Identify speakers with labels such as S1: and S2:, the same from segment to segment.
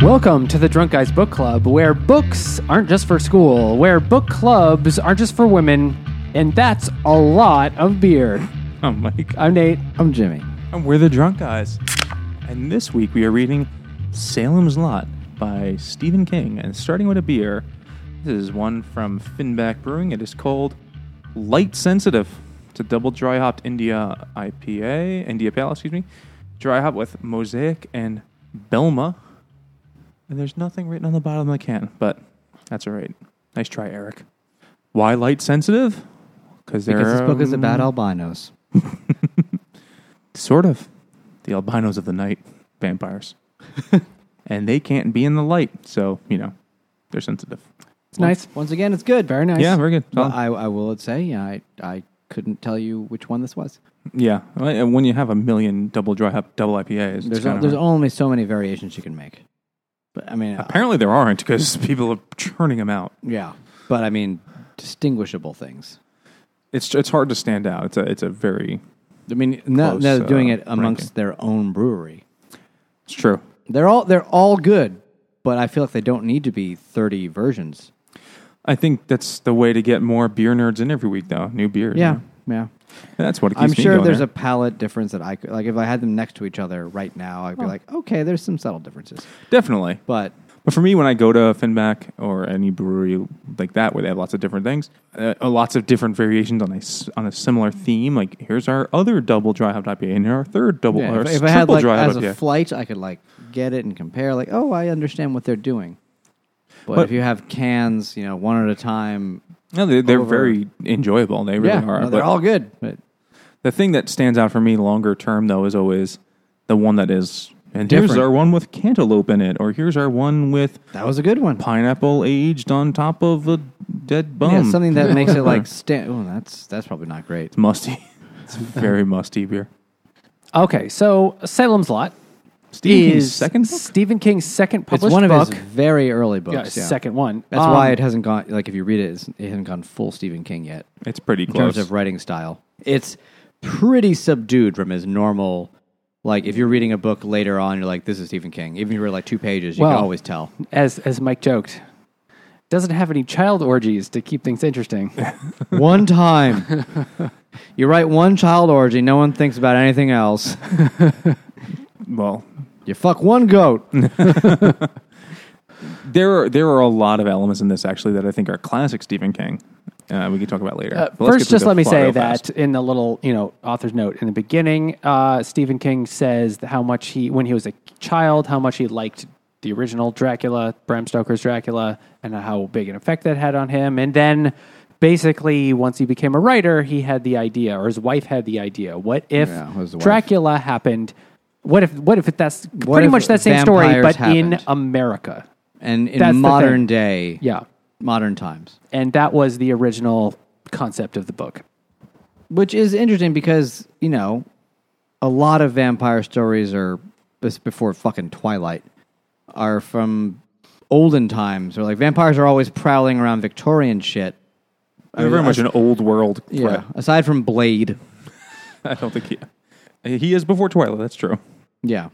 S1: Welcome to the Drunk Guys Book Club, where books aren't just for school, where book clubs aren't just for women, and that's a lot of beer.
S2: Oh my god.
S1: I'm Nate.
S3: I'm Jimmy.
S2: And we're the drunk guys. And this week we are reading Salem's Lot by Stephen King. And starting with a beer, this is one from Finback Brewing. It is called Light Sensitive. It's a double dry hopped India IPA, India Pale, excuse me. Dry hop with Mosaic and Belma. And there's nothing written on the bottom of the can, but that's all right. Nice try, Eric. Why light sensitive? Because
S3: Because this book is about albinos.
S2: Sort of. The albinos of the night, vampires. and they can't be in the light, so, you know, they're sensitive.
S1: It's nice.
S3: Once again, it's good.
S1: Very nice.
S2: Yeah, very good.
S3: Well,
S2: Solid.
S3: I, I will say, yeah, I, I couldn't tell you which one this was.
S2: yeah. Well, And when you have a million double dry hop, double IPAs, it's
S3: There's,
S2: kinda
S3: o- there's
S2: hard.
S3: only so many variations you can make. But I mean, uh,
S2: apparently there aren't because people are churning them out.
S3: yeah. But I mean, distinguishable things.
S2: It's it's hard to stand out. It's a it's a very
S3: I mean, no,
S2: Close,
S3: no,
S2: uh,
S3: doing it amongst
S2: ranking.
S3: their own brewery.
S2: it's true.
S3: They're all they're all good, but I feel like they don't need to be 30 versions.
S2: I think that's the way to get more beer nerds in every week, though. New beers.
S3: Yeah,
S2: you know?
S3: yeah.
S2: And that's what it keeps
S3: I'm
S2: me
S3: sure
S2: going
S3: there's
S2: there.
S3: a palette difference that I could like if I had them next to each other right now, I'd be like, okay, there's some subtle differences.
S2: definitely.
S3: But
S2: But for me, when I go to Finback or any brewery like that where they have lots of different things, uh, uh, lots of different variations on a s- on a similar theme. Like here's our other double dry hop IPA and our third double
S3: Yeah,
S2: or
S3: if,
S2: s-
S3: if I had
S2: triple
S3: like
S2: dry hop
S3: as a
S2: IPA.
S3: flight, I could like get it and compare. Like, oh, I understand what they're doing. But,
S2: But-
S3: if you have cans, you know, one at a time,
S2: no, they, they're
S3: over-
S2: very enjoyable. They really
S3: yeah,
S2: are.
S3: no, they're
S2: But
S3: all good. But
S2: the thing that stands out for me longer term though is always the one that is. And here's
S3: Different.
S2: our one with cantaloupe in it, or here's our one with
S3: that was a good one.
S2: pineapple aged on top of a dead bum.
S3: Yeah, something that makes it like stand. Oh, that's that's probably not great.
S2: It's musty. It's very musty beer.
S1: Okay, so Salem's Lot
S2: Stephen King's
S1: is
S2: second book?
S1: Stephen King's second
S3: It's
S1: published
S3: one of
S1: book.
S3: his very early books.
S1: Yeah,
S3: yeah.
S1: second one.
S3: That's
S1: Um,
S3: why it hasn't gone. Like, if you read it, it's, it hasn't gone full Stephen King yet
S2: It's pretty
S3: in
S2: close.
S3: terms of writing style. It's pretty subdued from his normal. Like, if you're reading a book later on, you're like, "This is Stephen King." Even if you read like two pages, you
S1: Well,
S3: can always tell.
S1: Um, as as Mike joked, doesn't have any child orgies to keep things interesting.
S3: one time. you write one child orgy, no one thinks about anything else.
S2: well,
S3: You fuck one goat.
S2: There are there are a lot of elements in this actually that I think are classic Stephen King. Uh, we can talk about later.
S1: Uh,
S2: But let's get
S1: first,
S2: to
S1: just
S2: the
S1: let me
S2: plot
S1: say
S2: real
S1: that
S2: fast.
S1: in the little, you know, author's note in the beginning, uh, Stephen King says that how much he, when he was a child, how much he liked the original Dracula, Bram Stoker's Dracula, and how big an effect that had on him. And then, basically, once he became a writer, he had the idea, or his wife had the idea. What if
S3: Yeah, it was the wife.
S1: Dracula happened? What if? What if that's
S3: What
S1: pretty
S3: if
S1: much that same story,
S3: vampires
S1: but in
S3: happened?
S1: America?
S3: And in
S1: That's the
S3: modern
S1: thing.
S3: day,
S1: Yeah,
S3: modern times,
S1: and that was the original concept of the book.
S3: which is interesting because you know, a lot of vampire stories are this before fucking Twilight are from olden times, or like vampires are always prowling around Victorian shit.
S2: They're very much an old world
S3: Yeah,
S2: threat.
S3: aside from Blade.
S2: I don't think he he is before Twilight. That's true.
S3: Yeah,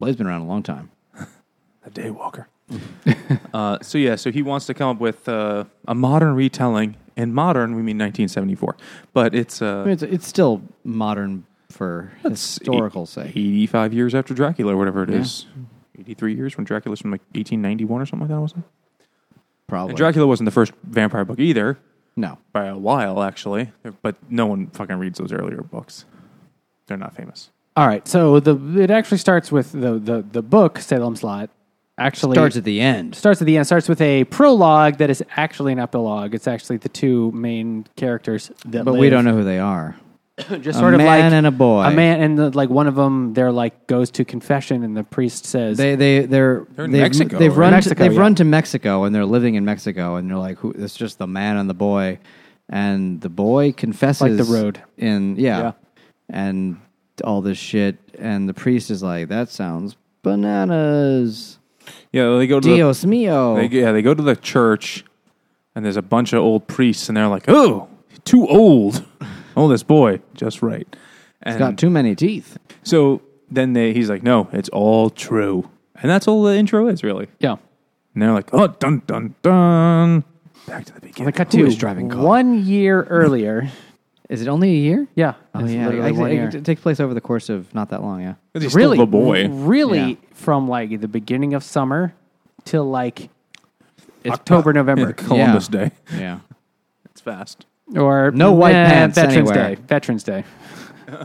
S3: Blade's been around a long time.
S2: A daywalker. uh, so yeah, so he wants to come up with uh, a modern retelling. And modern, we mean 1974, but it's
S3: I mean,
S2: uh,
S3: it's, it's still modern for historical
S2: eight-
S3: sake.
S2: 85 years after Dracula, or whatever it is. 83 years when Dracula's from like 1891 or something like that, wasn't it?
S3: probably.
S2: And Dracula wasn't the first vampire book either.
S3: no.
S2: by a while, actually. But no one fucking reads those earlier books. They're not famous.
S1: All right, so the it actually starts with the the, the book Salem's Lot actually
S3: Starts at the end.
S1: starts at the end. Starts with a prologue that is actually an epilogue. It's actually the two main characters that,
S3: But we don't know who they are.
S1: know. Just
S3: a
S1: sort of
S3: man
S1: like
S3: and a boy.
S1: a man and the, like one of them. They're like goes to confession, and the priest says,
S3: They they they're,
S2: They're in
S3: they've,
S2: Mexico,
S3: They've
S2: right?
S3: run
S1: Mexico,
S3: to, they've
S1: yeah.
S3: run to Mexico and they're living in Mexico and they're like who it's just the man and the boy and the boy confesses
S1: Like the road.
S3: in yeah,
S1: Yeah.
S3: and all this shit and the priest is like that sounds bananas
S2: Yeah, they go to
S3: Dios
S2: the,
S3: mio
S2: they, yeah, they go to the church and there's a bunch of old priests and they're like, "Oh, too old. Oh, this boy, just right." And
S3: got too many teeth
S2: so then they he's like, "No, it's all true." And that's all the intro is, really.
S1: Yeah.
S2: And they're like, oh, dun, dun, dun. Back to the beginning.
S1: They cut
S3: Who
S1: to
S3: is driving car?
S1: one year earlier.
S3: Is it only a year?
S1: Yeah.
S3: Oh
S1: It's
S3: yeah,
S1: literally
S3: It-
S1: one
S3: it,
S1: year.
S3: it takes place over the course of not that long. Yeah,
S2: 'Cause he's
S1: really,
S2: still the boy.
S1: Really,
S3: Yeah.
S1: from like the beginning of summer till like October, November,
S2: Yeah, Columbus Day.
S3: yeah.
S2: It's fast.
S1: or
S3: No white
S1: eh,
S3: pants
S1: Veterans
S3: anywhere.
S1: Day. Veterans Day.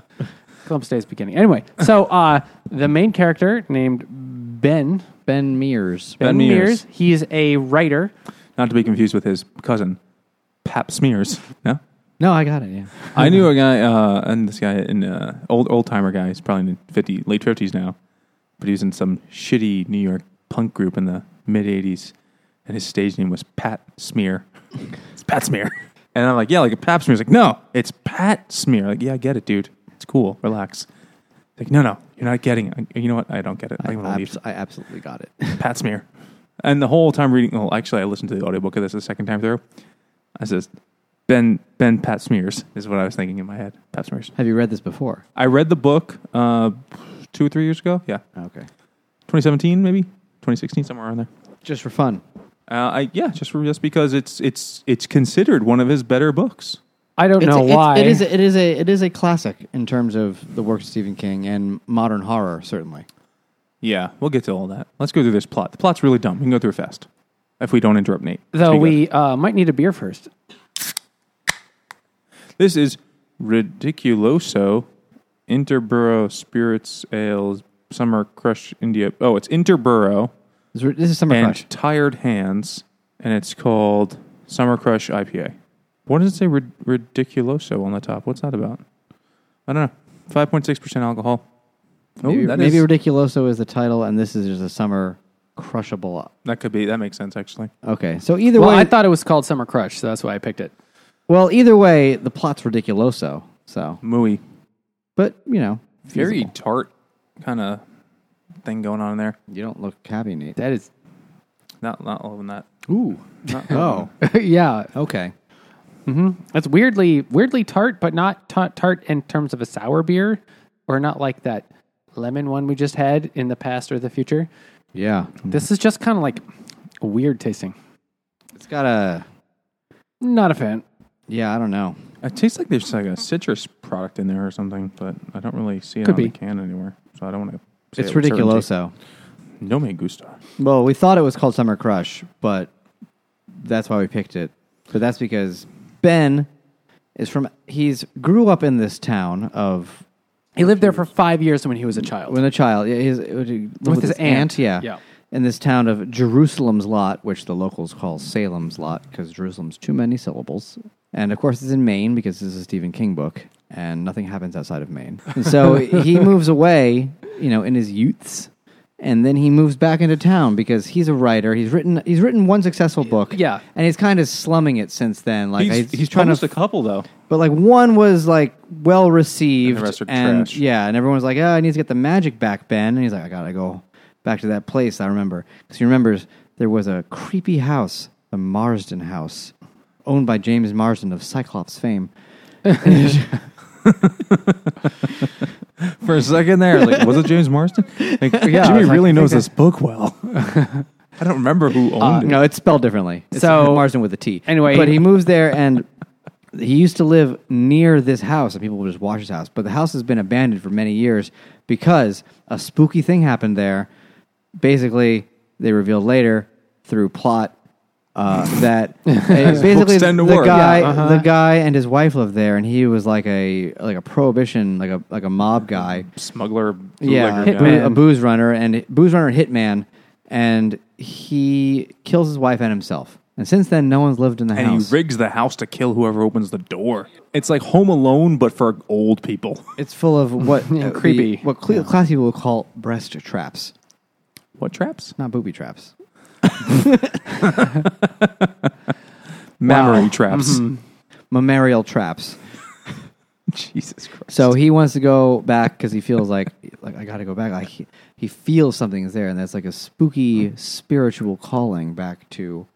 S1: Columbus Day's beginning. Anyway, so uh, the main character named Ben
S3: Ben Mears.
S1: Ben,
S2: Ben
S1: Mears.
S2: Mears.
S1: He's a writer.
S2: Not to be confused with his cousin, Pap Smears. No?
S3: No, I got it. Yeah,
S2: I knew a guy, uh, and this guy, an uh, old old timer guy. He's probably in the fifty, late fifties now, but he was in some shitty New York punk group in the mid eighties, and his stage name was Pat Smear. it's Pat Smear, and I'm like, yeah, like a Pap Smear. He's like, no, it's Pat Smear. Like, yeah, I get it, dude. It's cool. Relax. Like, no, no, you're not getting it. I- you know what? I don't get it. I'm gonna
S3: I,
S2: leave.
S3: abs- I absolutely got it.
S2: Pat Smear. And the whole time reading, well, actually, I listened to the audiobook of this the second time through. I says, Ben, Ben Pat Smears is what I was thinking in my head. Pat Smears.
S3: Have you read this before?
S2: I read the book uh, two or three years ago. Yeah.
S3: Oh, Okay,
S2: 2017, maybe 2016, somewhere around there.
S3: just for fun.
S2: Uh, I, yeah, just, for, just because it's, it's, it's considered one of his better books.
S1: I don't
S3: It's-
S1: know
S3: it's-
S1: why.
S3: it is. A, it is a. It is a classic in terms of the work of Stephen King and modern horror, certainly.
S2: Yeah, we'll get to all that. Let's go through this plot. The plot's really dumb. We can go through it fast if we don't interrupt Nate.
S1: Though
S2: Speak up.
S1: we uh, might need a beer first.
S2: This is Ridiculoso Interborough Spirits Ales Summer Crush India. Oh, it's Interborough
S3: This is- this is Summer
S2: and
S3: Crush.
S2: Tired Hands, and it's called Summer Crush IPA. What does it say rid- Ridiculoso on the top? What's that about? I don't know. 5.6% alcohol. Oh,
S3: Maybe,
S2: that
S3: maybe
S2: is-
S3: Ridiculoso is the title, and this is just a summer crushable.
S2: that could be. That makes sense, actually.
S3: Okay, so either
S1: Well,
S3: way,
S1: I thought it was called Summer Crush, so that's why I picked it.
S3: well, either way, the plot's ridiculoso. So,
S2: Muy.
S3: but you know,
S2: Very
S3: feasible.
S2: tart kind of thing going on in there.
S3: You don't look happy, Nate.
S1: That is.
S2: Not, not loving that.
S3: Ooh.
S2: Not
S3: Oh.
S1: yeah,
S3: Okay.
S1: That's weirdly weirdly tart, but not ta- tart in terms of a sour beer, or not like that lemon one we just had in the past or the future.
S3: Yeah.
S1: This is just kind of like weird tasting.
S3: It's got a.
S1: Not a fan.
S3: Yeah, I don't know.
S2: It tastes like there's like a citrus product in there or something, but I don't really see it
S1: Could
S2: on
S1: be.
S2: the can anywhere, so I don't want to. say
S3: It's
S2: it with certainty.
S3: ridiculoso.
S2: No me gusta.
S3: Well, we thought it was called Summer Crush, but that's why we picked it. But that's because Ben is from. He's grew up in this town of
S1: He lived there for five years when he
S3: Mm-hmm.
S1: was a child.
S3: when a child. yeah, His, with
S1: his aunt,
S3: yeah.
S1: yeah.
S3: In this town of Jerusalem's Lot, which the locals call Salem's Lot because Jerusalem's too many syllables. And of course, it's in Maine because this is a Stephen King book and nothing happens outside of Maine. And so he moves away, you know, in his youths. And then he moves back into town because he's a writer. He's written he's written one successful book.
S1: Yeah.
S3: And he's kind of slumming it since then. Like
S2: He's, he's trying to a couple though.
S3: but like one was like well
S2: And
S3: received,
S2: the rest are trash.
S3: yeah, and everyone was like, "Oh, I need to get the magic back, Ben." And he's like, "I gotta go back to that place." I remember because he remembers there was a creepy house, the Marsden House, owned by James Marsden of Cyclops fame.
S2: For a second there, like was it James Marston? Like,
S1: Yeah, I
S2: Jimmy
S1: was like,
S2: really
S1: I think
S2: knows
S1: that-
S2: this book well. I don't remember who owned it.
S3: Uh, No, it's spelled differently. It's
S1: So-
S3: Marsden with a T.
S1: Anyway-
S3: but he moves there, and he used to live near this house, and people would just watch his house. But the house has been abandoned for many years because a spooky thing happened there. Basically, they revealed later through plot uh, that basically
S2: tend to
S3: the
S2: work.
S3: guy,
S1: uh-huh.
S3: the guy, and his wife lived there, and he was like a like a prohibition, like a like a mob guy
S2: Smuggler,
S3: yeah,
S2: bootlegger
S1: Hitman.
S3: boo-
S2: guy.
S3: a booze runner and booze runner and hitman, and he kills his wife and himself. And since then, no one's lived in the
S2: and
S3: house.
S2: he rigs the house to kill whoever opens the door. It's like Home Alone, but for old people.
S3: it's full of what
S1: Yeah,
S3: uh,
S1: creepy.
S3: the- what cl- class people would call breast traps,
S2: What traps?
S3: not booby traps.
S2: Memory traps.
S3: Mammarial traps.
S2: Jesus Christ.
S3: So he wants to go back because he feels like, like I got to go back. Like he, he feels something is there, and that's like a spooky spiritual calling back to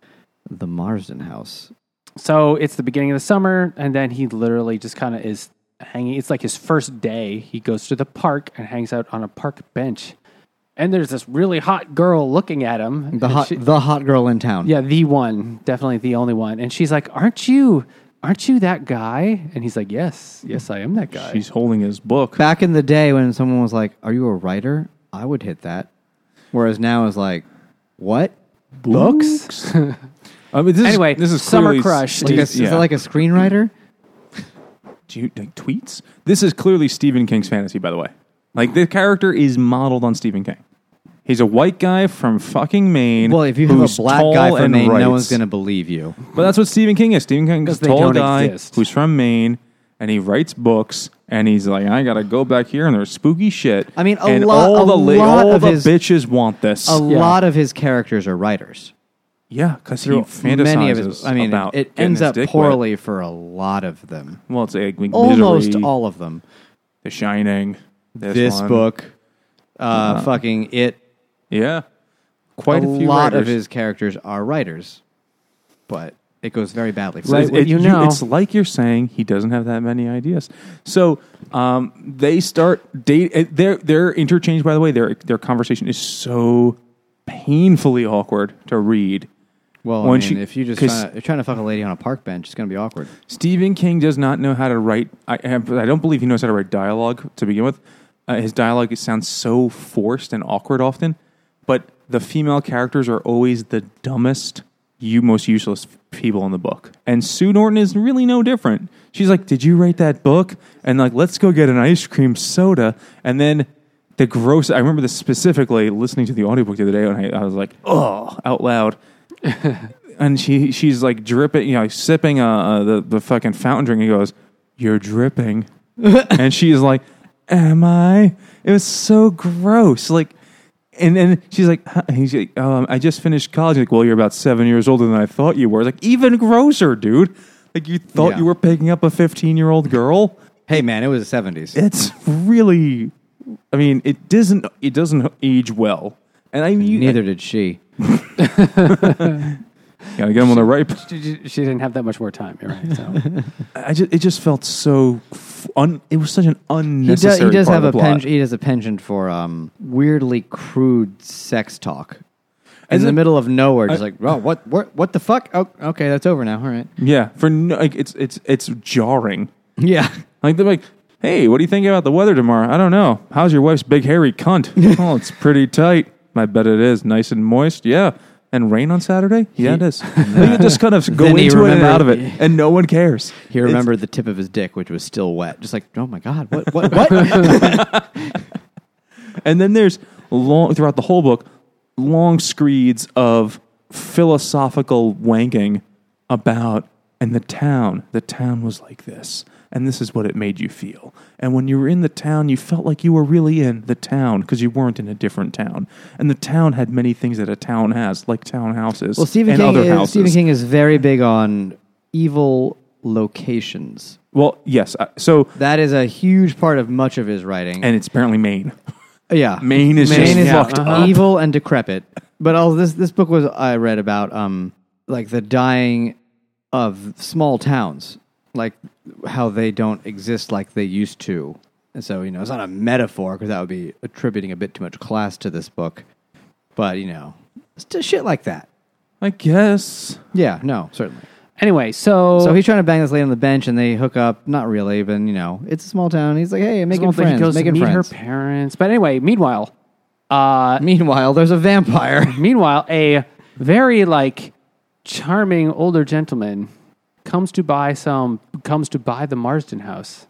S3: the Marsden house.
S1: So it's the beginning of the summer, and then he literally just kind of is hanging. It's like his first day. He goes to the park and hangs out on a park bench and there's this really hot girl looking at him.
S3: The
S1: And
S3: hot,
S1: she-
S3: the hot girl in town.
S1: yeah, the one, definitely the only one. And she's like, "Aren't you, aren't you that guy?" And he's like, "Yes, yes, I am that guy."
S2: She's holding his book.
S3: Back in the day when someone was like, "Are you a writer?" I would hit that. Whereas now it's like, "What?"
S1: Books?
S2: I mean, this
S1: Anyway,
S2: is, this is
S1: Summer
S2: clearly
S1: Crush.
S2: Steve-
S3: Like a, Is it
S2: yeah.
S3: like a screenwriter?
S2: Do you like tweets? This is clearly Stephen King's fantasy, by the way. Like the character is modeled on Stephen King. He's a white guy from fucking Maine.
S3: Well, if you have a
S2: who's
S3: black
S2: tall
S3: guy from
S2: and
S3: Maine,
S2: writes.
S3: no one's going to believe you.
S2: But that's what Stephen King is. Stephen King is
S1: 'Cause
S2: a
S1: they
S2: tall
S1: don't
S2: guy
S1: exist.
S2: who's from Maine, and he writes books. And he's like, I gotta go back here, and there's spooky shit.
S3: I mean, a
S2: and
S3: lot-
S2: all
S3: a
S2: the
S3: lot
S2: all
S3: of
S2: the
S3: his-
S2: bitches want this.
S3: A
S1: Yeah.
S3: lot of his characters are writers.
S2: yeah, because he fantasizes
S3: Many of his, I mean,
S2: about
S3: it
S2: getting
S3: ends
S2: his
S3: up
S2: dick wet.
S3: poorly for a lot of them.
S2: Well, it's like, like
S3: Almost
S2: Misery,
S3: all of them.
S2: The Shining. This,
S3: This
S2: one.
S3: book, uh, fucking it.
S2: Yeah. Quite
S3: a
S2: a, few
S3: lot of
S2: writers.
S3: his characters are writers, but it goes very badly. For
S1: Right,
S3: him.
S1: what you know.
S2: It's like you're saying he doesn't have that many ideas. So um, they start date. eh, Their their interchange, by the way, their their conversation is so painfully awkward to read.
S3: Well, I
S2: When
S3: mean,
S2: she-
S3: if you just
S2: 'cause-
S3: tryna- you're trying to fuck a lady on a park bench, it's going to be awkward.
S2: Stephen King does not know how to write. I, I don't believe he knows how to write dialogue to begin with. Uh, his dialogue it sounds so forced and awkward often, but the female characters are always the dumbest, you most useless people in the book. And Sue Norton is really no different. She's like, "Did you write that book?" And like, "Let's go get an ice cream soda." And then the gross. I remember this specifically listening to the audiobook the other day, and I, I was like, "Oh!" out loud and she she's like dripping, you know, sipping uh, uh, the the fucking fountain drink. And he goes, "You're dripping," and she's like, "Am I?" It was so gross. Like, and then she's like, huh? and "He's like, um, I just finished college." Like, well, you're about seven years older than I thought you were. Like, even grosser, dude. Like, you thought
S3: Yeah.
S2: you were picking up a fifteen year old girl.
S3: Hey, man, it was the 70s.
S2: It's really, I mean, it doesn't it doesn't age well. And I mean,
S3: Neither did she.
S2: gotta get him on the right.
S1: she, she- she didn't have that much more time. You're right. So.
S2: I just, it just felt so. f- Un, it was such an
S3: He, does.
S2: unnecessary.
S3: he does
S2: part
S3: have a
S2: of the plot.
S3: pen, he has a penchant for um, weirdly crude sex talk. In
S2: As
S3: the
S2: a-
S3: middle of nowhere, just like, oh, what, what, what the fuck? Oh, okay, that's over now. All right.
S2: Yeah, for no, like it's it's it's jarring.
S3: Yeah.
S2: Like they're like, hey, what do you think about the weather tomorrow? I don't know. How's your wife's big hairy cunt? oh, it's pretty tight. I bet it is. Nice and moist. Yeah. And rain on Saturday? Yeah, it is. Like, you just kind of go
S3: Then he
S2: into it and
S3: remembered-
S2: out of it, and no one cares.
S3: He
S2: It's-
S3: remembered the tip of his dick, which was still wet. Just like, oh my God, what, what, what?
S2: And then there's long throughout the whole book, long screeds of philosophical wanking about and the town. The town was like this, and this is what it made you feel. And when you were in the town, you felt like you were really in the town because you weren't in a different town. And the town had many things that a town has, like townhouses
S3: Well, Stephen
S2: and
S3: King,
S2: other
S3: is,
S2: houses.
S3: Stephen King is very big on evil locations.
S2: Well, yes. uh, So,
S3: That is a huge part of much of his writing.
S2: and it's apparently Maine.
S3: yeah,
S2: Maine is just fucked up.
S3: evil and decrepit. But all this this book was I read about um like the dying of small towns, like how they don't exist like they used to. And so you know, it's not a metaphor because that would be attributing a bit too much class to this book. But you know, it's just shit like that.
S2: I guess.
S3: Yeah, no, certainly.
S1: Anyway, so,
S3: So he's trying to bang this lady on the bench, and they hook up. Not really, but you know, it's a small town. He's like, "Hey, I'm making
S1: Well, then
S3: friends,
S1: he goes
S3: making
S1: to meet
S3: friends."
S1: her parents. But anyway, meanwhile, uh,
S3: Meanwhile, there's a vampire.
S1: meanwhile, a very like charming older gentleman comes to buy some comes to buy the Marsden house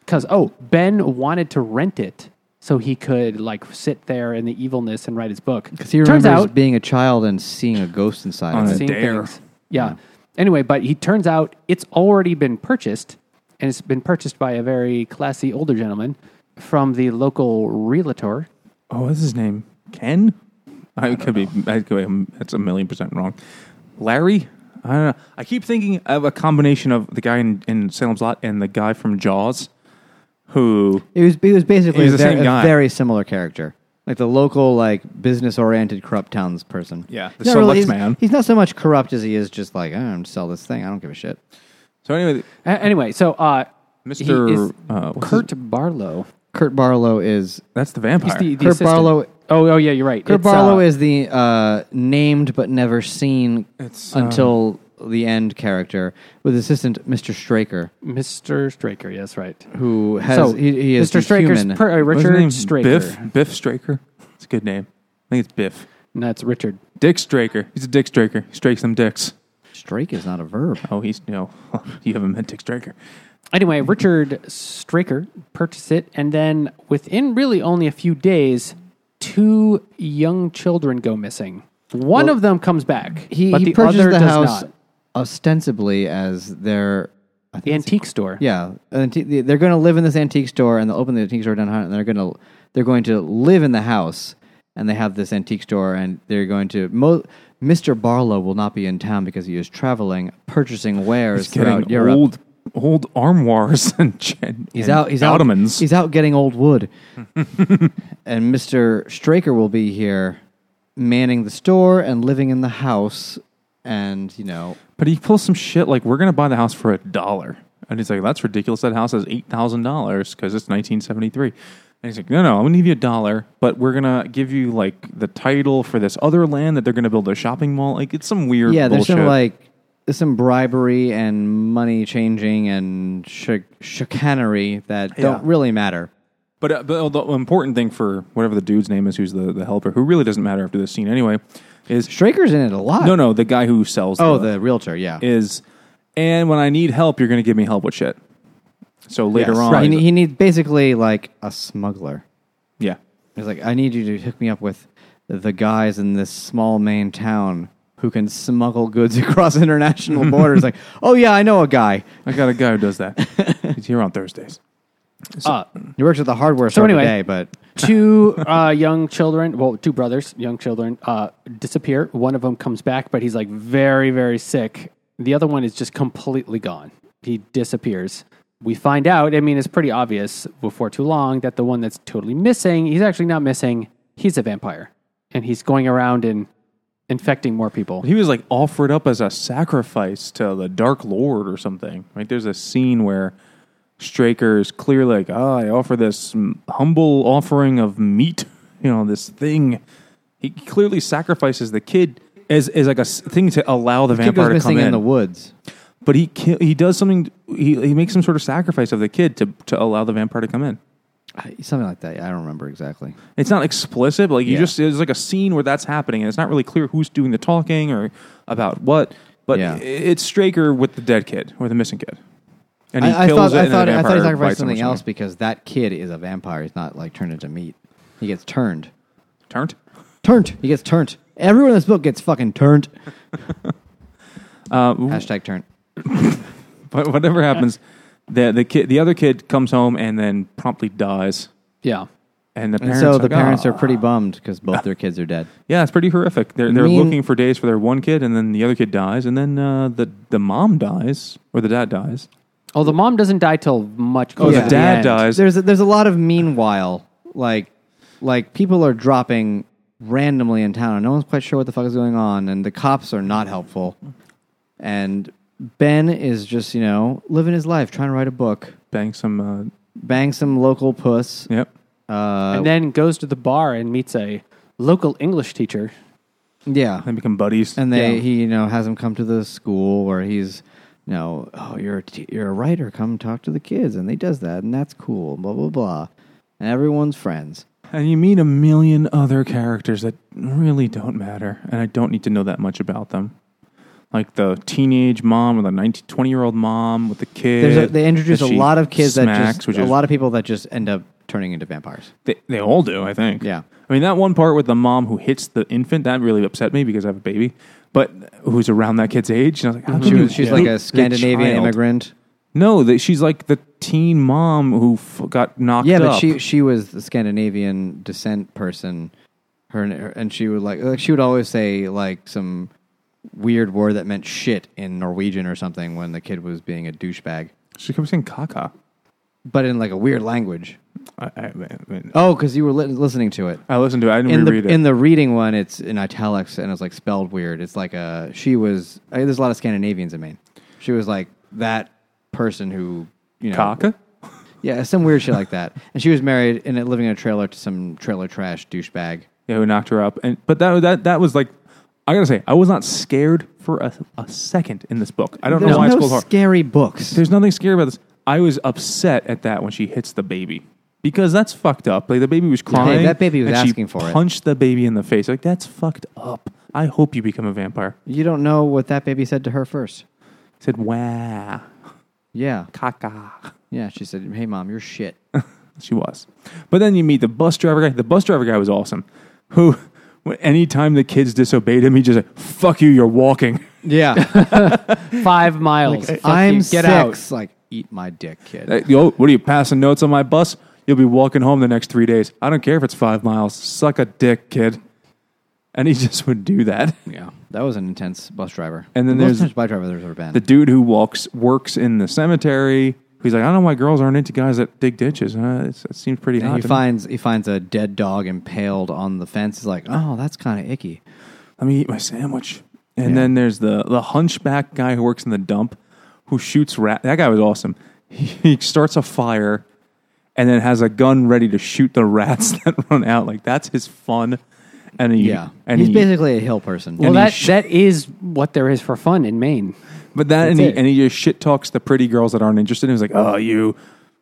S1: because oh Ben wanted to rent it so he could like sit there in the evilness and write his book
S3: Because he
S1: turns
S3: remembers
S1: out
S3: being a child and seeing a ghost inside
S2: On
S3: of
S2: a
S3: it.
S1: seeing
S2: dare.
S1: things. Yeah. Anyway, but he turns out it's already been purchased, and it's been purchased by a very classy older gentleman from the local realtor.
S2: Oh, what's his name? Ken? I, could be. I could be. That's a million percent wrong. Larry? I don't know. I keep thinking of a combination of the guy in, in Salem's Lot and the guy from Jaws, who
S3: He was, he was basically
S2: He was
S3: a,
S2: the
S3: ver-
S2: same
S3: a
S2: guy.
S3: very similar character. Like the local, like business-oriented corrupt towns person.
S2: Yeah, the
S3: He's not really-
S2: select
S3: he's,
S2: man.
S3: He's not so much corrupt as he is just like, "Oh, I'm gonna sell this thing. I don't give a shit.
S2: So anyway,
S1: A- anyway, so uh, he
S2: Mr.
S1: is
S2: uh, what's his-
S1: Kurt Barlow.
S3: Kurt Barlow is
S2: that's the vampire.
S1: He's the, the
S3: Kurt
S1: assistant.
S3: Barlow.
S1: Oh, Oh, oh yeah, you're right.
S3: Kurt
S1: It's, uh,
S3: Barlow is the uh, named but never seen
S2: It's,
S3: until the end character with assistant Mr. Straker,
S1: Mr. Straker. Yes, right.
S3: who has
S1: so
S3: he, he is
S1: Mr.
S3: the
S1: Straker's
S3: human.
S1: per, uh,
S2: what's his
S1: Richard
S2: name?
S1: Straker.
S2: Biff. Biff Straker. It's a good name. I think it's Biff.
S1: And that's Richard.
S2: Dick Straker. He's a Dick Straker. He strikes them dicks.
S3: Strake is not a verb.
S2: Oh, he's no. you haven't met Dick Straker.
S1: Anyway, Richard Straker purchased it, and then within really only a few days, two young children go missing. One of them comes back,
S3: He,
S1: but
S3: he
S1: the
S3: purchased
S1: other
S3: the
S1: does
S3: house
S1: not.
S3: ostensibly as their I
S1: The
S3: think it's-
S1: antique store.
S3: Yeah, anti- they're going to live in this antique store, and they'll open the antique store downtown, and they're going to they're going to live in the house, and they have this antique store, and they're going to. Mo- Mr. Barlow will not be in town because he is traveling, purchasing wares throughout
S2: Getting
S3: Europe.
S2: old, old armoires and, and
S3: He's out. He's
S2: Ottomans.
S3: out. He's out getting old wood. and Mister Straker will be here, manning the store and living in the house, and you know,
S2: But he pulls some shit like we're gonna buy the house for a dollar, and he's like, "That's ridiculous. That house is eight thousand dollars because it's nineteen seventy three. And he's like, "No, no, I'm gonna give you a dollar, but we're gonna give you like the title for this other land that they're gonna build a shopping mall. Like it's some weird
S3: yeah, there's
S2: bullshit.
S3: some like there's some bribery and money changing and ch- chicanery that
S2: Yeah.
S3: don't really matter.
S2: But, uh, but the important thing for whatever the dude's name is, who's the, the helper, who really doesn't matter after this scene anyway, is
S3: Straker's in it a lot.
S2: no, no, the guy who sells.
S3: Oh, the realtor, yeah.
S2: is, and when I need help, you're gonna give me help with shit. So
S3: Yes.
S2: later on,
S3: He, ne- he needs basically like a smuggler.
S2: yeah,
S3: He's like, I need you to hook me up with the guys in this small main town who can smuggle goods across international borders. like, oh yeah, I know a guy.
S2: I got a guy who does that. he's here on Thursdays.
S1: Uh,
S3: He works at the hardware store
S1: anyway-
S3: today, but
S1: two uh, young children, well, two brothers, young children, uh, disappear. One of them comes back, but he's like very, very sick. The other one is just completely gone. He disappears. We find out, I mean, it's pretty obvious before too long that the one that's totally missing, he's actually not missing, he's a vampire. And he's going around and infecting more people.
S2: He was like offered up as a sacrifice to the Dark Lord or something. Like there's a scene where Straker is clearly like, "Ah, I offer this mm, humble offering of meat, you know, this thing. He clearly sacrifices the kid as, as like a s- thing to allow the,
S3: he goes
S2: vampire to
S3: missing
S2: come
S3: in.
S2: in.
S3: the woods.
S2: but he ki- he does something. He, he makes some sort of sacrifice of the kid to to allow the vampire to come in.
S3: I- Uh, Something like that. I don't remember exactly.
S2: It's not explicit, but like you
S3: Yeah.
S2: just there's like a scene where that's happening, and it's not really clear who's doing the talking or about what. But
S3: Yeah.
S2: i- it's Straker with the dead kid or the missing kid, and he
S3: I, I
S2: kills
S3: thought,
S2: it.
S3: I
S2: and then
S3: thought,
S2: the
S3: I thought
S2: vampire
S3: he
S2: bites
S3: sacrificed
S2: him or
S3: something else because that kid is a vampire. He's not like turned into meat. He gets turned.
S2: Turned.
S3: Turned. He gets turned. Everyone in this book gets fucking turned.
S2: Uh,
S3: Hashtag turned.
S2: But whatever happens, the the kid, the other kid comes home and then promptly dies.
S1: Yeah.
S2: And the
S3: And
S2: parents,
S3: so
S2: are
S3: the
S2: like,
S3: parents
S2: "Ah."
S3: are pretty bummed because both their kids are dead.
S2: yeah, it's pretty horrific. They're they're
S3: Mean-
S2: looking for days for their one kid, and then the other kid dies, and then uh, the the mom dies or the dad dies.
S1: Oh, the mom doesn't die till much
S2: Oh,
S1: closer.
S2: the
S1: to
S2: dad
S1: end.
S2: dies.
S3: There's a, there's a lot of meanwhile, like like people are dropping randomly in town, and no one's quite sure what the fuck is going on, and the cops are not helpful. And Ben is just you know living his life, trying to write a book,
S2: Bang some.
S3: bang some local puss.
S2: Uh, yep.
S3: Uh,
S1: And then goes to the bar and meets a local English teacher.
S3: yeah,
S2: They become buddies.
S3: and they
S1: Yeah.
S3: he you know has him come to the school where he's you know oh you're a t- you're a writer come talk to the kids and they does that and that's cool blah blah blah and everyone's friends
S2: And you meet a million other characters that really don't matter, and I don't need to know that much about them. Like the teenage mom or the 19, 20 year old mom with the kid.
S3: There's a, they introduce
S2: that
S3: a
S2: she
S3: lot of kids that
S2: smacks,
S3: just
S2: which
S3: a
S2: is-
S3: lot of people that just end up turning into vampires
S2: They, they all do, I think.
S3: Yeah.
S2: I mean, that one part with the mom who hits the infant, that really upset me because I have a baby, but who's around that kid's age. And I was like, how
S3: she
S2: can you
S3: was, Mm-hmm. she's
S2: hit
S3: like
S2: the
S3: a Scandinavian
S2: child?
S3: immigrant
S2: No, that she's like the teen mom who f- got knocked
S3: yeah
S2: up.
S3: but she she was the Scandinavian descent person her, her and she would like like she would always say like some weird word that meant shit in Norwegian or something when the kid was being a douchebag
S2: she kept saying caca.
S3: but in like a weird language.
S2: I, I, I, mean,
S3: Oh, because you were li- listening to it.
S2: I listened to it. I didn't
S3: In the
S2: reread it.
S3: in the reading one, it's in italics and it's like spelled weird. It's like a she was. I, there's a lot of Scandinavians in Maine. She was like that person who you know
S2: Caca?
S3: yeah some weird shit like that. And she was married and living in a trailer to some trailer trash douchebag
S2: yeah, who knocked her up. And but that that that was like, I gotta say, I was not scared for a, a second in this book. I don't
S3: There's
S2: know why
S3: no
S2: it's called horror.
S3: scary books.
S2: There's nothing scary about this. I was upset at that when she hits the baby because that's fucked up. Like the baby was crying.
S3: that baby was
S2: and
S3: asking
S2: she
S3: for it.
S2: Punched the baby in the face. Like that's fucked up. I hope you become a vampire.
S3: You don't know what that baby said to her first.
S2: He said, "Wow,
S3: Yeah,
S2: caca."
S3: yeah. She said, "Hey, mom, you're shit."
S2: She was. But then you meet the bus driver guy. The bus driver guy was awesome. Who, when- anytime the kids disobeyed him, he just like, "Fuck you, you're walking."
S3: Yeah,
S1: Five miles. Fuck
S3: I'm
S1: you,
S3: six.
S1: get out.
S3: Like, eat my dick, kid.
S2: Like, Yo, what are you passing notes on my bus? You'll be walking home the next three days. I don't care if it's five miles. Suck a dick, kid. And he just would do that.
S3: yeah, that was an intense bus driver.
S2: And then
S3: the most
S2: there's-
S3: intense bus driver there's ever been.
S2: The dude who walks works in the cemetery. He's like, I don't know why girls aren't into guys that dig ditches. Uh, it's, it seems pretty
S3: and
S2: hot.
S3: he
S2: to me."
S3: finds he finds a dead dog impaled on the fence. He's like, "Oh, that's kind of icky."
S2: let me eat my sandwich. And
S3: Yeah.
S2: then there's the the hunchback guy who works in the dump who shoots rat. That guy was awesome. He, he starts a fire and then has a gun ready to shoot the rats that run out. Like that's his fun. And he,
S3: Yeah,
S2: and
S3: he's
S2: he-
S3: basically a hill person.
S1: Well,
S2: he
S1: that,
S2: sh-
S1: that is what there is for fun in Maine.
S2: but that and
S1: that's
S2: he,
S1: it.
S2: and he just shit talks the pretty girls that aren't interested. He was like, "Oh, you."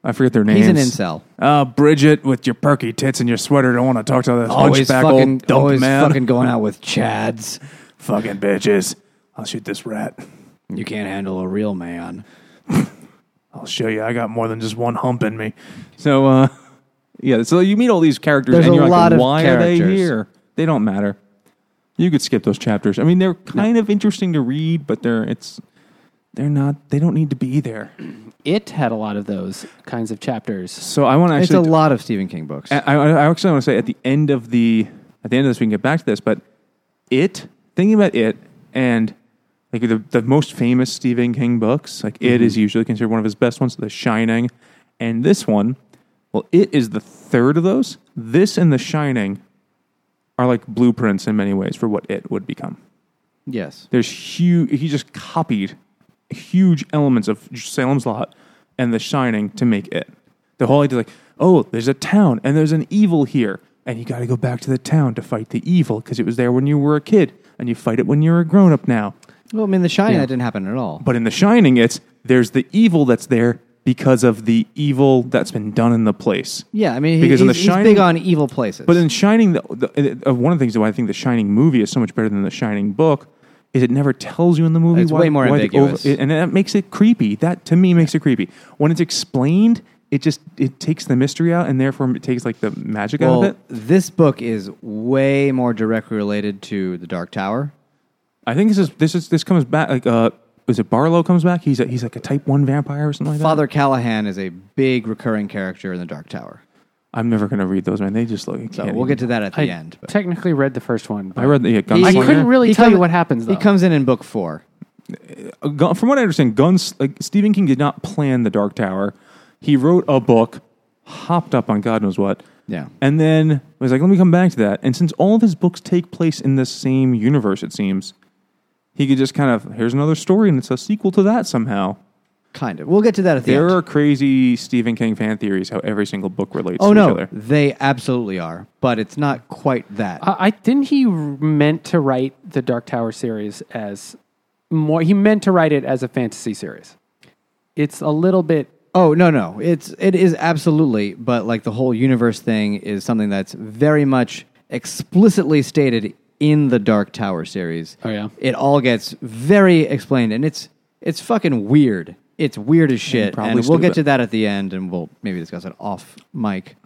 S2: I forget their names.
S3: He's an incel.
S2: Uh, Bridget with your perky tits and your sweater. Don't want to talk to this
S3: always
S2: hunchback
S3: fucking,
S2: old dump
S3: always
S2: man.
S3: fucking going out with chads.
S2: fucking bitches. I'll shoot this rat.
S3: You can't handle a real man.
S2: I'll show you. I got more than just one hump in me. So, uh, yeah. So you meet all these characters,
S3: There's
S2: and
S3: a
S2: you're like,
S3: lot of
S2: why are they
S3: characters.
S2: here? They don't matter. You could skip those chapters. I mean, they're kind of interesting to read, but they're it's they're not. They don't need to be there.
S1: It had a lot of those kinds of chapters.
S2: So I want to
S3: It's
S2: actually.
S3: a lot of Stephen King books.
S2: I, I I actually want to say at the end of the at the end of this, we can get back to this. But it thinking about it and like the the most famous Stephen King books, like it is usually considered one of his best ones, The Shining, and this one, well, it is the third of those. This and The Shining are like blueprints in many ways for what it would become.
S3: yes.
S2: There's huge. He just copied huge elements of Salem's Lot and The Shining to make it. The whole idea, like, oh, there's a town and there's an evil here, and you got to go back to the town to fight the evil because it was there when you were a kid, and you fight it when you're a grown up now.
S3: Well, I mean, The Shining that didn't happen at all.
S2: But in The Shining, it's there's the evil that's there because of the evil that's been done in the place.
S3: yeah, I mean, he,
S2: Because
S3: he's,
S2: in The
S3: he's
S2: Shining-
S3: big on evil places.
S2: But in Shining, the, the, uh, one of the things why I think the Shining movie is so much better than the Shining book is it never tells you in the movie.
S3: It's
S2: why,
S3: way more
S2: why the
S3: ambiguous.
S2: and that makes it creepy. That to me makes it creepy. When it's explained, it just it takes the mystery out, and therefore it takes like the magic out
S3: well,
S2: of it.
S3: this book is way more directly related to The Dark Tower.
S2: I think this is this is this comes back like uh, is it Barlow comes back? He's a, he's like a type one vampire or something like that.
S3: Father Callahan is a big recurring character in The Dark Tower.
S2: I'm never gonna read those, man. They just look.
S3: So we'll get to that at the
S1: I
S3: end. but-
S1: technically read the first one.
S2: I read the yeah,
S1: I
S2: Gunslinger.
S1: couldn't really
S3: He
S1: tell
S3: come-
S1: you what happens though.
S3: He comes in in book four.
S2: a gun, from what I understand, guns like Stephen King did not plan the Dark Tower. He wrote a book, hopped up on God knows what,
S3: Yeah.
S2: and then was like, "Let me come back to that." And since all of his books take place in the same universe, it seems he could just kind of here's another story, and it's a sequel to that somehow.
S3: Kind of. We'll get to that at the
S2: There
S3: end.
S2: are crazy Stephen King fan theories how every single book relates
S3: oh,
S2: to
S3: no.
S2: each other.
S3: They absolutely are. But it's not quite that.
S1: I I didn't he meant to write the Dark Tower series as more. He meant to write it as a fantasy series. It's a little bit.
S3: Oh no, no, it's it is absolutely, but like the whole universe thing is something that's very much explicitly stated in the Dark Tower series.
S1: Oh, yeah?
S3: it all gets very explained, and it's it's fucking weird. It's weird as shit, and,
S2: probably
S3: we'll get
S2: stupid.
S3: to that at the end, and we'll maybe discuss it off mic.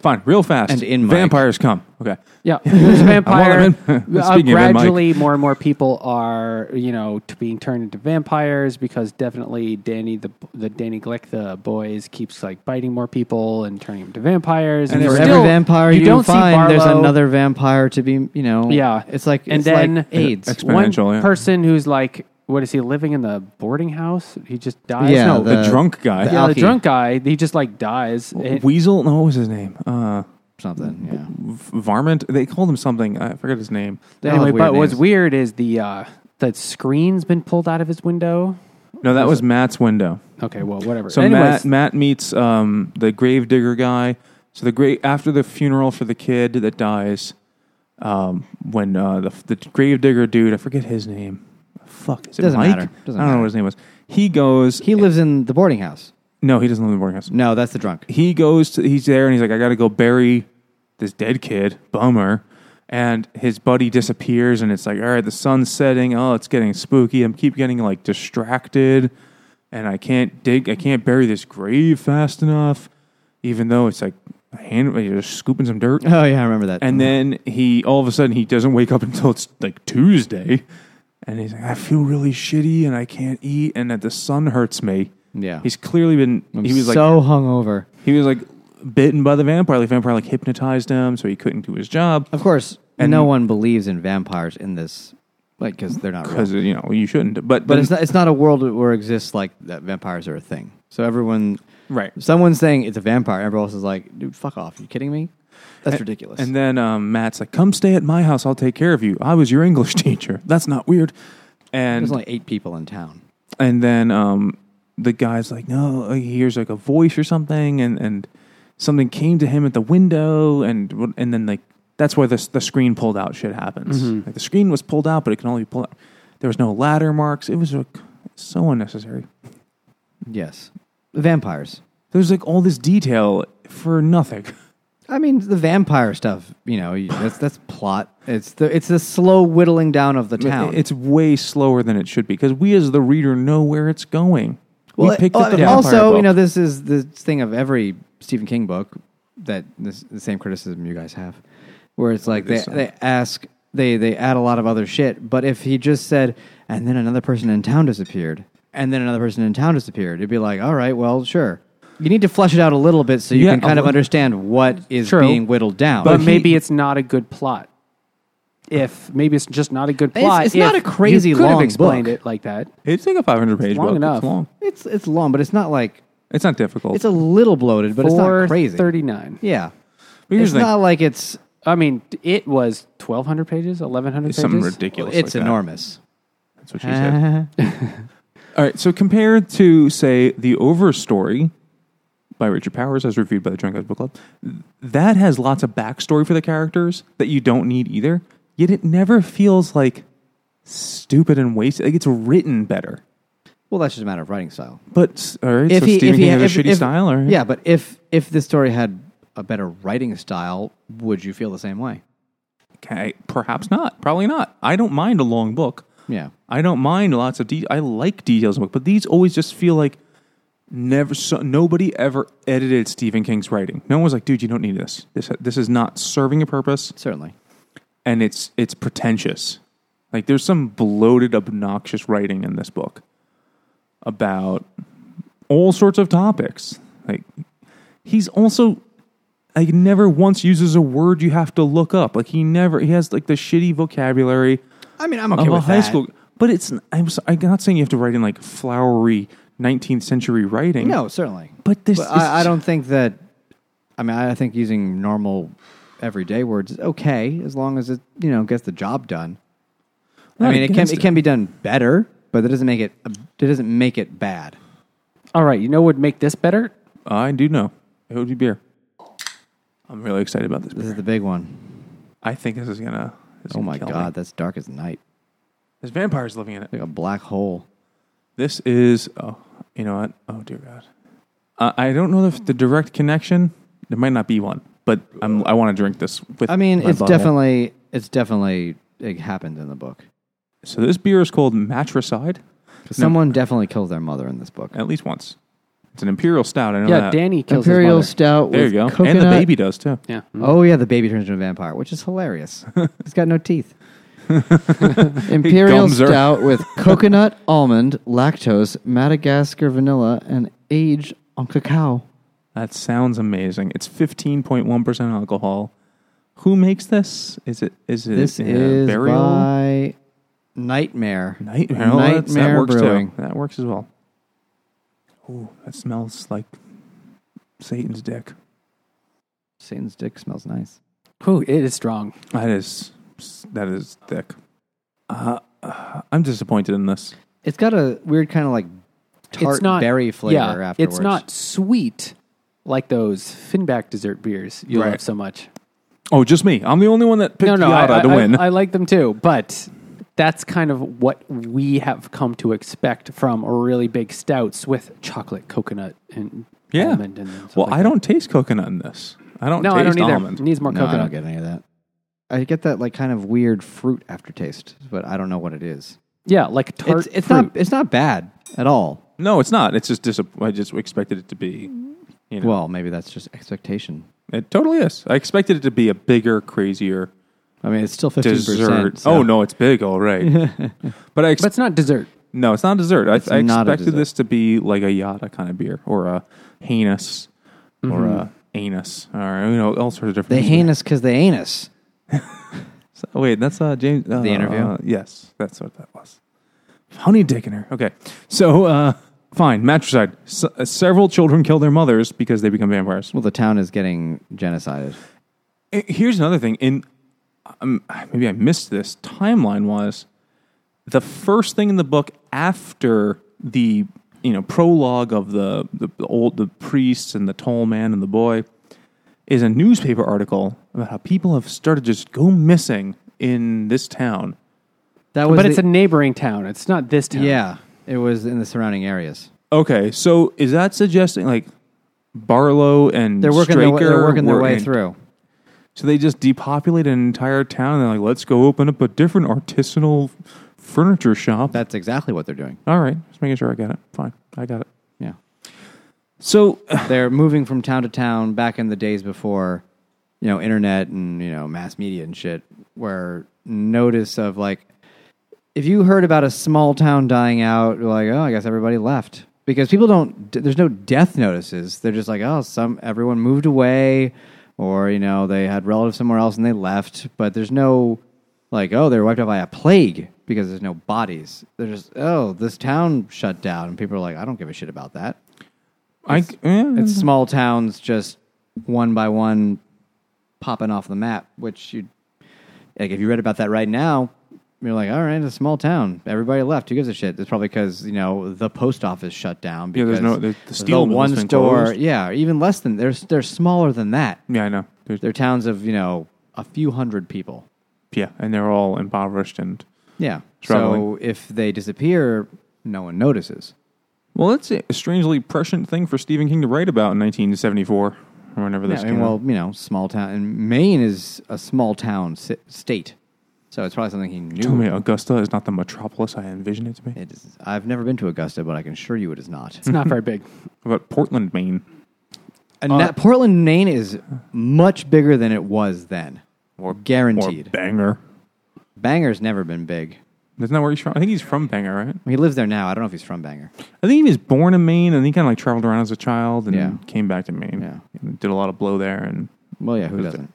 S2: Fine, real fast.
S3: And in Mike.
S2: vampires come. Okay,
S1: Yeah, there's a
S2: I
S1: vampire.
S2: want him in.
S1: uh,
S2: Speaking of him, Mike.
S1: gradually, more and more people are you know t- being turned into vampires because definitely Danny the the Danny Glick the boys keeps like biting more people and turning them to vampires.
S2: And
S3: For
S2: there's
S1: still-
S3: every vampire you,
S1: don't see
S3: find, there's
S1: Barlow.
S3: another vampire to be, you know.
S1: Yeah,
S3: it's like
S1: and
S3: it's
S1: then
S3: like AIDS.
S1: one
S2: Exponential, yeah.
S1: person who's like, what is he living in the boarding house? He just dies.
S3: Yeah,
S1: no,
S2: the,
S3: the-
S2: drunk guy,
S3: the
S1: yeah, the
S3: Alki.
S1: drunk guy, he just like dies.
S3: Eh.
S1: And-
S2: Weasel. No, what was his name? Uh,
S3: Something, yeah.
S2: v- Varmint. They called him something. I forget his name.
S3: They all
S1: anyway,
S3: have
S1: but
S3: weird
S1: what's
S3: names.
S1: weird is the uh, the screen's been pulled out of his window.
S2: No, that was Matt's window.
S1: Okay, well, whatever.
S2: So
S1: Anyways,
S2: Matt Matt meets um, the gravedigger guy. So the great after the funeral for the kid that dies, um, when uh, the the gravedigger dude, I forget his name. Fuck, is it
S3: Doesn't
S2: Mike?
S3: matter. Doesn't
S2: I don't know
S3: matter.
S2: what his name was. He goes.
S3: He lives in the boarding house.
S2: no, he doesn't live in the boarding house.
S3: No, that's the drunk.
S2: He goes to. He's there and he's like, I got to go bury this dead kid. Bummer. And his buddy disappears, and it's like, all right, the sun's setting. Oh, it's getting spooky. I'm keep getting like distracted, and I can't dig. I can't bury this grave fast enough, even though it's like a hand. You're just scooping some dirt.
S3: Oh yeah, I remember that.
S2: And then he all of a sudden he doesn't wake up until it's like Tuesday, and he's like, I feel really shitty and I can't eat and that the sun hurts me.
S3: Mm-hmm. yeah,
S2: He's clearly been he was like
S3: so hungover.
S2: he was like bitten by the vampire. The vampire like hypnotized him, so he couldn't do his job
S3: Of course,
S2: And-
S3: no one believes in vampires in this, like because they're not. Real.
S2: because you know you shouldn't. But
S3: But
S2: then-
S3: it's not, it's not a world where exists like that vampires are a thing. So everyone,
S2: right.
S3: someone's saying it's a vampire. Everyone else is like, dude, fuck off. you kidding me? That's ridiculous.
S2: And then um, Matt's like, "Come stay at my house. I'll take care of you. I was your English teacher. That's not weird." And
S3: There's only eight people in town.
S2: and then um, the guy's like, no, he hears like a voice or something, and, and something came to him at the window, and and then like that's where the the screen pulled out shit happens.
S3: Mm-hmm.
S2: Like the screen was pulled out, but it can only be pulled out. There was no ladder marks. It was like so unnecessary.
S3: Yes, vampires.
S2: There's like all this detail for nothing.
S3: I mean, the vampire stuff. You know, you- that's that's plot. It's the it's the slow whittling down of the town.
S2: It's way slower than it should be because we as the reader know where it's going. we picked
S3: oh,
S2: up the
S3: and
S2: vampire
S3: also, you
S2: book.
S3: know, this is the thing of every Stephen King book that this, the same criticism you guys have, where it's like they,
S2: This, uh,
S3: they ask they they add a lot of other shit. But if he just said, and then another person in town disappeared, and then another person in town disappeared, it'd be like, all right, well, sure. You need to flesh it out a little bit so you
S2: Yeah,
S3: can kind
S2: a
S3: of
S2: little-
S3: understand what is
S1: True.
S3: being whittled down.
S1: but
S2: he-
S1: maybe it's not a good plot. If maybe it's just not a good
S3: It's-
S1: plot.
S3: it's not
S1: if
S3: a crazy
S1: you could have
S3: long
S1: explained
S3: book.
S1: it like that.
S2: it's like a 500 page
S1: long
S2: book.
S1: enough.
S2: It's long.
S3: it's it's long, but it's not like
S2: It's not difficult.
S3: it's a little bloated, but it's not crazy.
S1: Thirty nine.
S3: Yeah,
S2: But here's
S3: it's
S2: the thing.
S3: not like it's
S1: I mean, it was twelve hundred pages, eleven hundred pages.
S2: something ridiculous.
S3: it's
S2: like that.
S3: enormous.
S2: That's what she said. All right. So compared to say the Overstory by Richard Powers, as reviewed by the Drunk Guys Book Club, th- that has lots of backstory for the characters that you don't need either. Yet it never feels like stupid and wasted. Like it's written better.
S3: Well, that's just a matter of writing style.
S2: But s- all right, so Stephen King has a shitty style, or
S3: yeah, but if if this story had a better writing style, would you feel the same way?
S2: okay, perhaps not. Probably not. I don't mind a long book.
S3: Yeah,
S2: I don't mind lots of details. I like details in the book, but these always just feel like never. So, nobody ever edited Stephen King's writing. No one was like, "Dude, you don't need this. This this is not serving a purpose,
S3: certainly.
S2: and it's it's pretentious." Like, there's some bloated, obnoxious writing in this book about all sorts of topics. Like, he's also like never once uses a word you have to look up. Like, he never he has like the shitty vocabulary
S3: I mean, I'm okay
S2: of a
S3: with
S2: high
S3: that.
S2: school. But it's I'm, s- I'm not saying you have to write in like flowery 19th century writing.
S3: No, certainly.
S2: but this
S3: But
S2: is,
S3: I, I don't think that. I mean, I think using normal, everyday words is okay as long as it you know gets the job done. I
S2: Not
S3: mean, it can
S2: against
S3: it can be done better, but that doesn't make it it doesn't make it bad.
S1: All right, you know what would make this better?
S2: I do know it would be beer. I'm really excited about this.
S3: This
S2: Beer.
S3: is the big one.
S2: I think this is gonna. this is
S3: Oh
S2: gonna
S3: my
S2: kill me.
S3: god, that's dark as night,
S2: There's vampires living in it.
S3: like a black hole.
S2: This is oh, you know what? Oh dear God. Uh, I don't know if the direct connection. There might not be one, but I'm, I want to drink this with.
S3: I mean,
S2: my
S3: it's
S2: bottle.
S3: definitely it's definitely it happened in the book.
S2: So this beer is called Matricide.
S3: Someone definitely kills their mother in this book.
S2: At least once. It's an imperial stout. I know
S1: Yeah,
S2: that.
S1: Danny kills
S3: Imperial
S1: his mother.
S3: stout.
S2: There you
S3: with
S2: go.
S3: Coconut.
S2: And the baby does too.
S1: Yeah. mm-hmm.
S3: Oh yeah, the baby turns into a vampire, which is hilarious. He's got no teeth. Imperial
S2: gums her.
S3: stout with coconut, almond, lactose, Madagascar vanilla, and aged on cacao.
S2: That sounds amazing. It's fifteen point one percent alcohol. Who makes this? Is it is it
S3: This
S2: uh,
S3: is
S2: burial
S3: by Nightmare.
S2: nightmare? Well, that's- that
S3: Nightmare
S2: works
S3: Brewing.
S2: too. That works as well. Ooh, that smells like Satan's dick.
S3: Satan's dick smells nice.
S1: Ooh, it is strong.
S2: That is that is thick. Uh, uh, I'm disappointed in this.
S3: It's got a weird kind of like tart berry flavor
S1: yeah,
S3: afterwards.
S1: It's not sweet like those Finback dessert beers you
S2: Right.
S1: love so much.
S2: Oh, just me. I'm the only one that picked
S1: No, no, I,
S2: Yada
S1: I,
S2: to win.
S1: I, I like them too, but that's kind of what we have come to expect from really big stouts with chocolate, coconut, and
S2: yeah.
S1: almond. And stuff
S2: well,
S1: like
S2: I don't taste coconut in this. I don't
S1: that. No,
S2: taste
S1: I don't either.
S2: almond.
S1: It needs more
S3: no, I
S1: coconut.
S3: don't get any of that. I get that like kind of weird fruit aftertaste, but I don't know what it is.
S1: Yeah, like tart.
S3: It's, it's
S1: fruit.
S3: not it's not bad at all.
S2: No, it's not. It's just disapp- I just expected it to be. You know,
S3: Well, maybe that's just expectation.
S2: it totally is. I expected it to be a bigger, crazier
S3: I mean, it's still fifteen
S2: dessert.
S3: percent.
S2: Oh no, it's big, all right. but I ex-
S1: but it's not dessert.
S2: no, it's not a dessert. I,
S3: It's
S2: I
S3: not a
S2: expected
S3: dessert.
S2: this to be like a yada kind of beer or a heinous or a anus or you know all sorts of different.
S3: they Mm-hmm. heinous because they anus.
S2: So- wait, that's uh, James. Uh,
S3: The interview?
S2: uh, yes, that's what that was. Honey dicking her. Okay, so uh, fine. Matricide. S- uh, several children kill their mothers because they become vampires.
S3: Well, the town is getting genocided.
S2: I- Here's another thing. In um, maybe I missed this timeline was the first thing in the book after the you know prologue of the the, the old the priests and the tall man and the boy is a newspaper article about how people have started to just go missing in this town.
S3: That was,
S1: But it's a
S3: the-
S1: neighboring town. It's not this town.
S3: yeah. It was in the surrounding areas.
S2: Okay, so is that suggesting like Barlow and
S3: They're working. Their,
S2: Straker
S3: wa- they're working their
S2: were
S3: way
S2: in-
S3: through.
S2: So they just depopulate an entire town and they're like, let's go open up a different artisanal furniture shop.
S3: That's exactly what they're doing.
S2: All right, just making sure I got it. Fine, I got it.
S3: Yeah.
S2: So
S3: they're moving from town to town back in the days before you know internet and you know mass media and shit where notice of like if you heard about a small town dying out you're like oh i guess everybody left because people don't d- there's no death notices they're just like oh some everyone moved away or you know they had relatives somewhere else and they left but there's no like oh they're wiped out by a plague because there's no bodies they're just oh this town shut down and people are like i don't give a shit about that
S2: I eh,
S3: it's small towns just one by one popping off the map, which you like if you read about that right now, you're like, all right, it's a small town. Everybody left. Who gives a shit? It's probably because you know the post office shut down.
S2: Yeah, there's
S3: Because
S2: no- the- the steel mill's
S3: one
S2: been
S3: store.
S2: closed.
S3: Yeah, even less than they're they're smaller than that.
S2: yeah, I know. There's,
S3: They're towns of you know a few hundred people.
S2: yeah, and they're all impoverished and
S3: Yeah.
S2: Struggling.
S3: So if they disappear, no one notices.
S2: well, that's a strangely prescient thing for Stephen King to write about in 1974 or whenever this
S3: Yeah, I
S2: came
S3: mean,
S2: out.
S3: well, you know, small town. And Maine is a small town si- state, so it's probably something he knew.
S2: Tell me, Augusta is not the metropolis I envision it to be.
S3: It is, I've never been to Augusta, but I can assure you it is not.
S1: It's not very big.
S2: What about Portland, Maine?
S3: And that Portland, Maine is much bigger than it was then.
S2: Or
S3: Guaranteed.
S2: Or Bangor.
S3: Banger's never been big.
S2: That's not where he's from. I think he's from Bangor, right?
S3: He lives there now. I don't know if he's from Banger.
S2: I think he was born in Maine and he kind of like traveled around as a child and
S3: Yeah.
S2: came back to Maine.
S3: Yeah.
S2: And did a lot of blow there and
S3: Well, yeah, who
S2: Who's
S3: doesn't?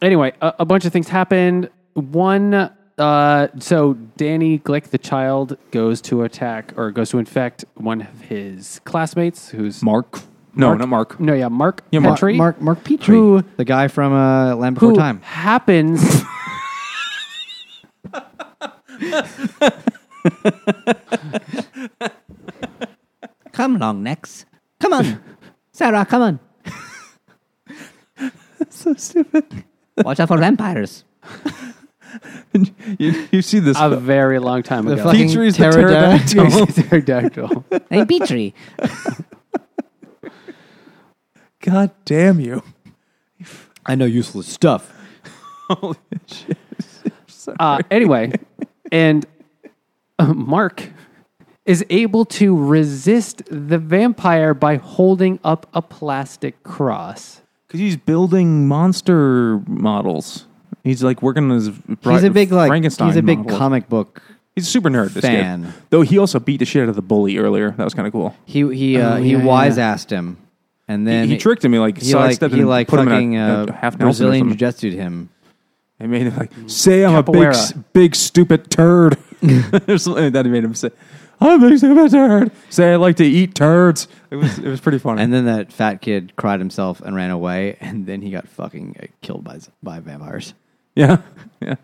S1: anyway, a, a bunch of things happened. One, uh, so Danny Glick, the child, goes to attack or goes to infect one of his classmates, who's
S2: Mark. No, not Mark.
S1: No, yeah, Mark
S2: Yeah, Mark-
S1: Petrie,
S3: Mark Mark Petrie,
S1: Who-
S3: the guy from uh, Land Before
S1: who
S3: Time.
S1: happens.
S3: Come along, Nex. Come on, Sarah. Come on.
S2: So stupid.
S3: Watch out for vampires.
S2: you, you see this.
S1: a very long time
S3: The
S1: ago.
S3: fucking
S2: Petrie's the
S3: pterodactyl.
S1: Pterodactyl.
S4: Hey, Petrie.
S2: God damn you.
S3: I know useless stuff.
S2: Holy shit.
S1: Uh, anyway, and uh, Mark is able to resist the vampire by holding up a plastic cross.
S2: Because he's building monster models. He's like working on his. Bri-
S3: He's a big like.
S2: Frankenstein.
S3: he's a big
S2: model.
S3: comic book
S2: He's a super nerd. This
S3: fan.
S2: kid. Though he also beat the shit out of the bully earlier. That was kind of cool.
S3: He he uh,
S1: Oh,
S3: he
S1: yeah, yeah,
S3: wise assed him, and then
S2: he tricked him. He, like,
S3: he like
S2: sidestepped
S3: he
S2: and
S3: like
S2: put him in a-
S3: fucking
S2: a
S3: uh,
S2: half Nelson or
S3: Brazilian
S2: something.
S3: jiu-jitsu'd him.
S2: It made him like say I'm a big,
S1: Capoeira.
S2: s- big stupid turd. Or something like that made him say I'm a big stupid turd. Say I like to eat turds. It was it was pretty funny.
S3: And then that fat kid cried himself and ran away, and then he got fucking uh, killed by z- by vampires.
S2: yeah, yeah.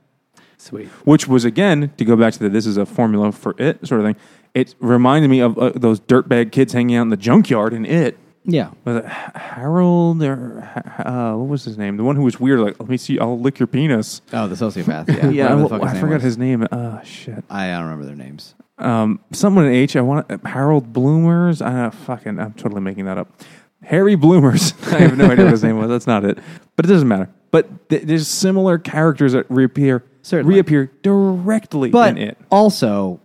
S1: Sweet.
S2: Which was again to go back to the this is a formula for it sort of thing. It reminded me of uh, those dirtbag kids hanging out in the junkyard in it.
S3: Yeah.
S2: Was it H- Harold or H- uh, what was his name? The one who was weird. Like, let me see. I'll lick your penis.
S3: Oh, the sociopath. Yeah.
S2: Yeah,
S3: Whatever the
S2: I,
S3: fuck
S2: I
S3: name
S2: forgot
S3: was.
S2: his name. Oh shit.
S3: I don't remember their names.
S2: Um, someone in H. I want Harold Bloomers. I uh, fucking. I'm totally making that up. Harry Bloomers. I have no idea what his name was. That's not it. But it doesn't matter. But th- there's similar characters that reappear,
S3: Certainly.
S2: reappear directly
S3: But
S2: in it.
S3: also,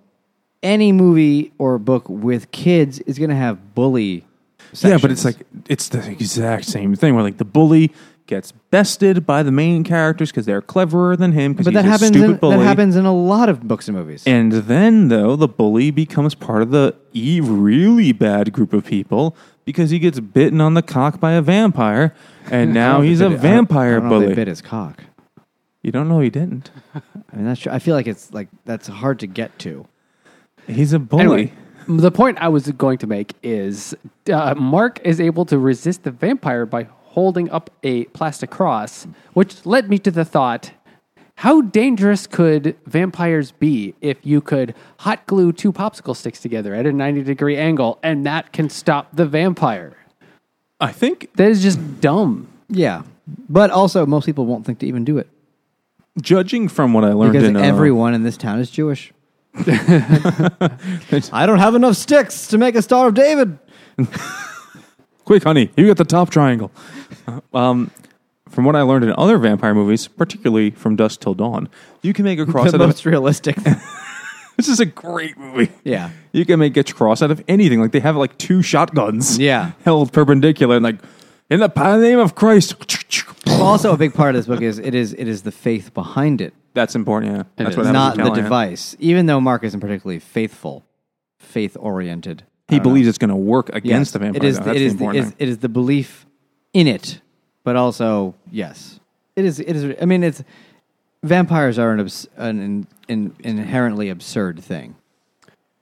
S3: any movie or book with kids is going to have bully. Sections.
S2: Yeah, but it's like it's the exact same thing. Where like the bully gets bested by the main characters because they're cleverer than him. Because
S3: but that
S2: he's a
S3: happens.
S2: stupid
S3: In,
S2: bully.
S3: that happens in a lot of books and movies.
S2: And then, though, the bully becomes part of the e- really bad group of people because he gets bitten on the cock by a vampire, and
S3: I
S2: now
S3: don't know if
S2: he's
S3: they
S2: a
S3: bit it. I don't- I
S2: vampire
S3: don't know if they
S2: bully.
S3: bit his cock.
S2: You don't know he didn't.
S3: I mean, that's. True. I feel like it's like that's hard to get to.
S2: He's a bully.
S1: Anyway, the point I was going to make is uh, Mark is able to resist the vampire by holding up a plastic cross, which led me to the thought how dangerous could vampires be if you could hot glue two popsicle sticks together at a 90 degree angle and that can stop the vampire?
S2: I think
S1: That is just dumb.
S3: Yeah, but also most people won't think to even do it
S2: judging from what I learned
S3: because
S2: in uh,
S3: everyone in this town is Jewish. I don't have enough sticks to make a Star of David.
S2: Quick, honey, you got the top triangle. Um, from what I learned in other vampire movies, particularly from Dusk Till Dawn, you can make a cross
S3: the
S2: out of
S3: most realistic.
S2: this is a great movie.
S3: Yeah.
S2: You can make a cross out of anything. Like they have like two shotguns.
S3: Yeah.
S2: Held perpendicular and like in the pa- name of Christ.
S3: also, a big part of this book is it is it is the faith behind it,
S2: That's important, yeah. That's
S1: is.
S2: what happens
S3: not
S2: to
S3: the
S2: Callahan.
S3: device. Even though Mark isn't particularly faithful, faith oriented,
S2: He believes it's gonna work against the vampire.
S3: It is.
S2: though.
S3: the-
S2: That's
S3: It
S2: the
S3: is. The,
S2: important
S3: is
S2: thing.
S3: it is the belief in it, but also yes, it is. It is. I mean, it's vampires are an, abs, an, in in- inherently absurd thing.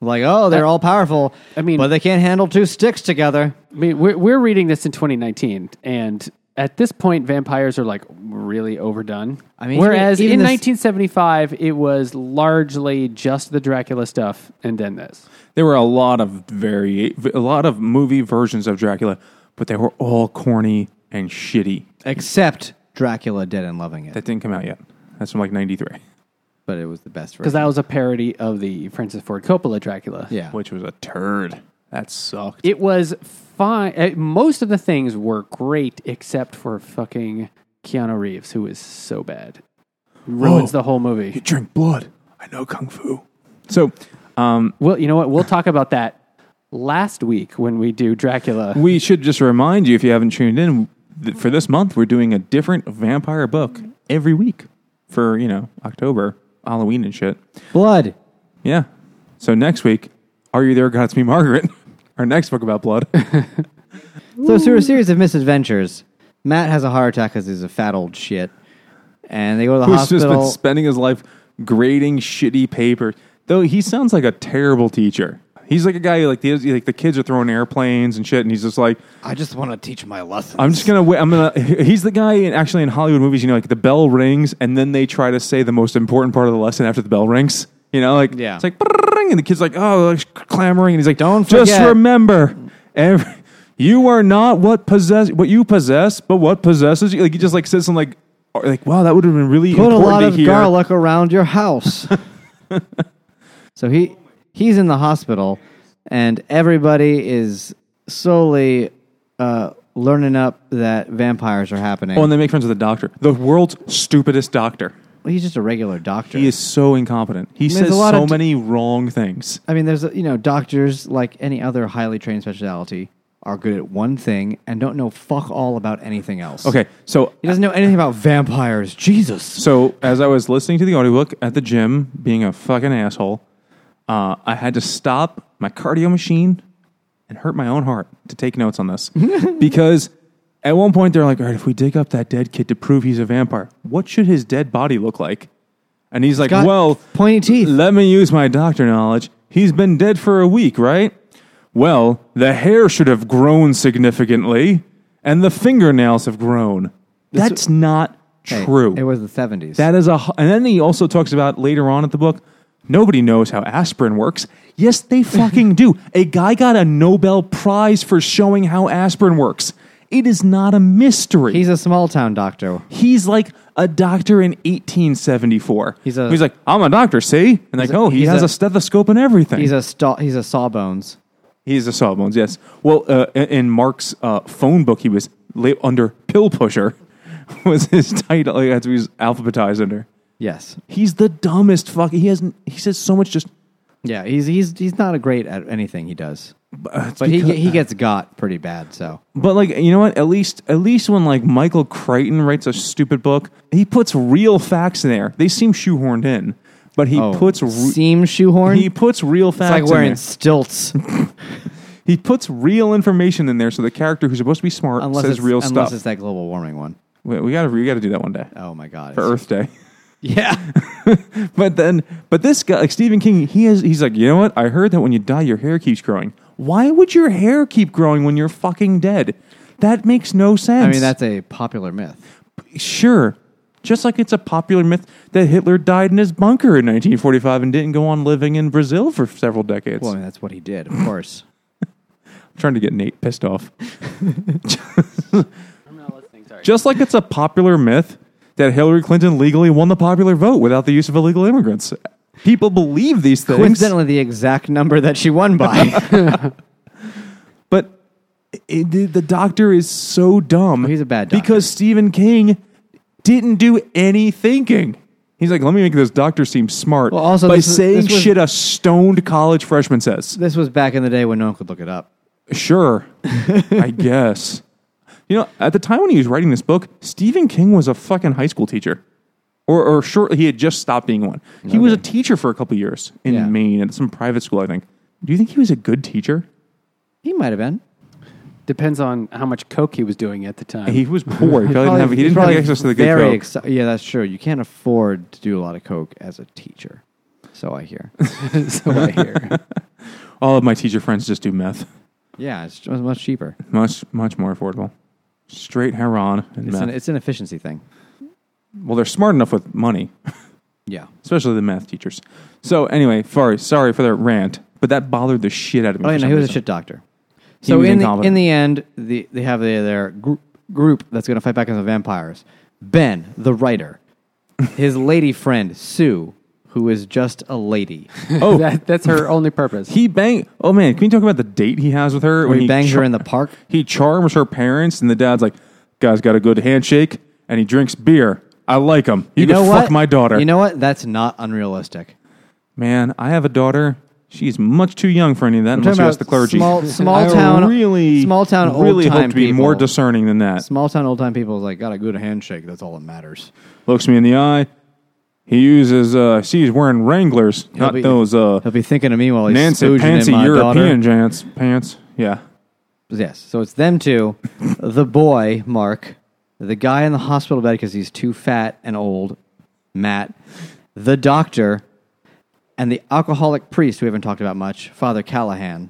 S3: Like, oh, they're all powerful.
S1: I mean-
S3: but they can't handle two sticks together.
S1: I mean, we're, we're reading this in 2019, and at this point, vampires are like really overdone.
S3: I mean,
S1: whereas
S3: even- even
S1: in
S3: this-
S1: 1975, it was largely just the Dracula stuff, and then this.
S2: There were a lot of very a lot of movie versions of Dracula, but they were all corny and shitty.
S3: Except Dracula, dead and loving it.
S2: That didn't come out yet. That's from like ninety three.
S3: But it was the best
S1: Because
S3: version.
S1: that was a parody of the Francis Ford Coppola Dracula.
S3: yeah.
S2: Which was a turd. That sucked.
S1: It was fine. uh, Most of the things were great except for fucking Keanu Reeves, who is so bad. Ruins
S2: Whoa.
S3: Oh.
S1: the whole movie.
S2: drink blood. I know kung fu. So um,
S1: Well, you know what? We'll talk about that last week when we do Dracula.
S2: We should just remind you if you haven't tuned in th- for this month, we're doing a different vampire book every week for you know October, Halloween and shit.
S3: Blood.
S2: Yeah. So next week, are you there? God, it's me, Margaret. Our next book about blood.
S3: So through a series of misadventures, Matt has a heart attack because he's a fat old shit, and they go to the
S2: Who's just been
S3: hospital.
S2: spending his life grading shitty papers. Though he sounds like a terrible teacher. He's like a guy who, like the like the kids are throwing airplanes and shit, and he's just like,
S3: I just want to teach my lesson.
S2: I'm just gonna. wait. I'm gonna. He's the guy in, actually in Hollywood movies. You know, like the bell rings, and then they try to say the most important part of the lesson after the bell rings. You know, like
S3: Yeah.
S2: it's like "Brrrring," and the kid's like oh like, clamoring, and he's like,
S3: Don't
S2: just
S3: forget."
S2: remember, every, you are not what possess what you possess, but what possesses you. Like he just like says something like or, like wow that would have been really
S3: Put a
S2: important
S3: lot
S2: to
S3: of
S2: hear.
S3: garlic around your house. so he he's in the hospital, and everybody is slowly uh, learning up that vampires are happening.
S2: Oh, and they make friends with the doctor, the world's stupidest doctor.
S3: Well, he's just a regular doctor.
S2: He is so incompetent. He
S3: there's
S2: says
S3: a lot
S2: so
S3: of d-
S2: many wrong things.
S3: I mean, there's you know doctors like any other highly trained specialty are good at one thing and don't know fuck all about anything else.
S2: Okay, so
S3: He doesn't know anything about vampires. Jesus.
S2: So as I was listening to the audiobook at the gym, being a fucking asshole, uh, I had to stop my cardio machine and hurt my own heart to take notes on this because at one point they're like, "All right, if we dig up that dead kid to prove he's a vampire, what should his dead body look like?" And he's like,
S3: got
S2: "Well,
S3: pointy teeth."
S2: Let me use my doctor knowledge. He's been dead for a week, right? Well, the hair should have grown significantly, and the fingernails have grown. That's not
S3: Hey,
S2: true.
S3: it was the 70s.
S2: That is a, and then he also talks about later on at the book Nobody knows how aspirin works. Yes, they fucking do. A guy got a Nobel Prize for showing how aspirin works. It is not a mystery.
S3: He's a small town doctor.
S2: He's like a doctor in 1874.
S3: He's a-
S2: he's like, I'm a doctor, see? And like,
S3: a-
S2: oh, he
S3: he's
S2: has a,
S3: a-
S2: stethoscope and everything.
S3: He's a sta- he's a sawbones.
S2: He's a Sawbones, yes. Well, uh, in- in Mark's uh, phone book, he was la- under Pill Pusher, was his title. Like, that's what he was alphabetized under.
S3: Yes.
S2: He's the dumbest fucking. He hasn't. He says so much just.
S3: Yeah. He's he's he's not a great at anything he does.
S2: But, uh,
S3: But he he gets got pretty bad. So
S2: But like you know what? At least at least when like Michael Crichton writes a stupid book, he puts real facts in there. They seem shoehorned in, but he
S3: oh,
S2: puts re-
S3: seam shoehorn.
S2: he puts real
S3: it's
S2: facts.
S3: like
S2: in
S3: wearing
S2: there.
S3: stilts.
S2: He puts real information in there, so the character who's supposed to be smart
S3: Unless
S2: says
S3: it's
S2: real
S3: unless
S2: stuff.
S3: it's that global warming one.
S2: We, we gotta we gotta do that one day
S3: Oh my god.
S2: for
S3: it's-
S2: Earth Day.
S3: Yeah.
S2: But then, but this guy, like Stephen King, he has, he's like, you know what? I heard that when you die, your hair keeps growing. Why would your hair keep growing when you're fucking dead? That makes no sense.
S3: I mean that's a popular myth.
S2: sure. Just like it's a popular myth that Hitler died in his bunker in 1945 and didn't go on living in Brazil for several decades.
S3: Well, I mean, that's what he did, of course.
S2: trying to get Nate pissed off.
S1: I'm not listening. Sorry.
S2: Just like it's a popular myth that Hillary Clinton legally won the popular vote without the use of illegal immigrants. People believe these things.
S3: Coincidentally, the exact number that she won by.
S2: But it, the- the doctor is so dumb.
S3: He's a bad doctor.
S2: Because Stephen King didn't do any thinking. He's like, let me make this doctor seem smart
S3: Well, also,
S2: by
S3: this was-
S2: saying
S3: this was-
S2: shit a stoned college freshman says.
S3: this was back in the day when no one could look it up.
S2: Sure, I guess. You know, at the time when he was writing this book, Stephen King was a fucking high school teacher. Or, or short, he had just stopped being one. He was a teacher for a couple years in
S3: Yeah.
S2: Maine at some private school, I think. Do you think he was a good teacher?
S3: He might have been.
S1: Depends on how much coke he was doing at the time.
S2: He was poor. He, probably didn't have, he didn't have
S3: Probably
S2: access to the good
S3: very
S2: coke.
S3: exci- yeah, that's true. You can't afford to do a lot of coke as a teacher. So I hear.
S1: so I hear.
S2: All of my teacher friends just do meth.
S3: yeah, it's, it's much cheaper.
S2: Much, much more affordable. Straight heroin and
S3: It's
S2: meth.
S3: an, it's an efficiency thing.
S2: well, they're smart enough with money,
S3: Yeah.
S2: especially the math teachers. So anyway, sorry, sorry for the rant, but that bothered the shit out of me.
S3: Oh,
S2: for
S3: yeah, no,
S2: some
S3: he was a
S2: reason.
S3: shit doctor. So
S2: was
S3: in the,
S2: incompetent.
S3: in the end, the, they have their, their gr- group that's going to fight back against the vampires. Ben, the writer, his lady friend, Sue, who is just a lady.
S2: Oh.
S1: that, that's her only purpose.
S2: He bang. Oh man, can we talk about the date he has with her?
S3: Where he bangs her
S2: char-
S3: in the park?
S2: He charms her parents, and the dad's like, "Guy's got a good handshake, and he drinks beer. I like him. You, can fuck my daughter."
S3: You know what? That's not unrealistic.
S2: man, I have a daughter. She's much too young for any of that. Unless you
S3: talking
S2: ask the
S3: about
S2: clergy.
S3: small- small
S2: I
S3: town-
S2: really,
S3: small town
S2: Really
S3: old-time
S2: hope to be more
S3: people.
S2: discerning than that.
S3: Small town old time people is like got a good handshake. That's all that matters.
S2: looks me in the eye. He uses, uh, she's wearing Wranglers, not
S3: be-
S2: those uh,
S3: He'll be thinking of me while he's
S2: Nancy
S3: spooging in
S2: Pansy
S3: my
S2: European
S3: daughter.
S2: pants. Pants, yeah.
S3: Yes. So it's them two, the boy Mark, the guy in the hospital bed because he's too fat and old, Matt, the doctor, and the alcoholic priest we haven't talked about much, Father Callahan.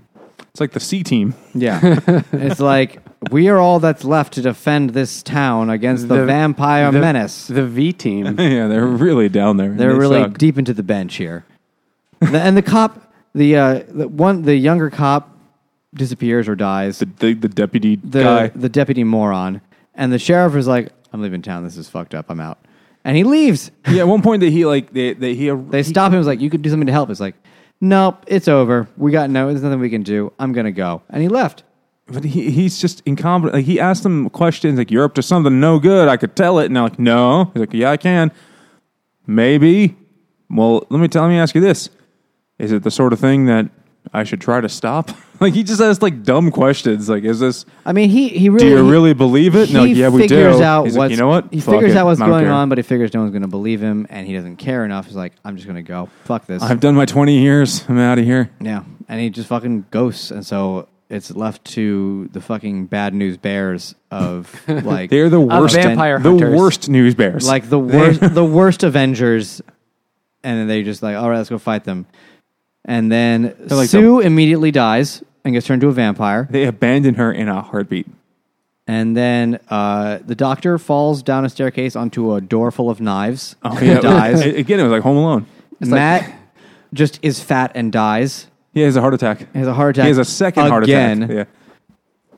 S2: It's like the C team.
S3: Yeah. it's like we are all that's left to defend this town against the, vampire
S1: the-
S3: menace.
S1: The V team.
S2: yeah, they're really down there.
S3: They're
S2: They
S3: really
S2: suck.
S3: deep into the bench here. The- and the cop, the, uh, the one, the younger cop disappears or dies.
S2: The, the, the deputy
S3: The
S2: guy.
S3: the deputy moron, and the sheriff is like, "I'm leaving town. This is fucked up. I'm out," and he leaves.
S2: yeah, at one point that he like they, they he
S3: They stop him. He's like, "You could do something to help." It's like, "Nope, it's over. We got no. There's nothing we can do. I'm gonna go," and he left.
S2: but he, he's just incompetent. Like he asked them questions like you're up to something no good. I could tell it, and they're like no. He's like yeah, I can. Maybe. Well, let me tell let me ask you this: Is it the sort of thing that I should try to stop? like he just asked like dumb questions. Like is this?
S3: I mean, he he really
S2: Do you really believe it?
S3: He
S2: No. Yeah, we do.
S3: figures out
S2: He's
S3: what's
S2: like, you know what?
S3: he
S2: Fuck
S3: figures
S2: it.
S3: out what's
S2: I don't
S3: going
S2: care.
S3: on, but he figures no one's gonna believe him, and he doesn't care enough. He's like, "I'm just gonna go. Fuck this."
S2: I've done my twenty years. I'm out of here.
S3: Yeah, and he just fucking ghosts, and so it's left to the fucking bad news bears of like
S2: They're the worst.
S1: vampire
S2: the
S1: hunters.
S2: worst news bears.
S3: like the worst the worst Avengers, and then they just like, all right, let's go fight them, and then
S2: like
S3: Sue immediately dies and gets turned into a vampire,
S2: they abandon her in a heartbeat.
S3: and then uh, the doctor falls down a staircase onto a door full of knives,
S2: Oh
S3: and dies.
S2: Again, it was like Home Alone.
S3: Matt just is fat and dies.
S2: He has a heart attack.
S3: Has a heart attack.
S2: He has a second heart attack.
S3: again.
S2: Yeah.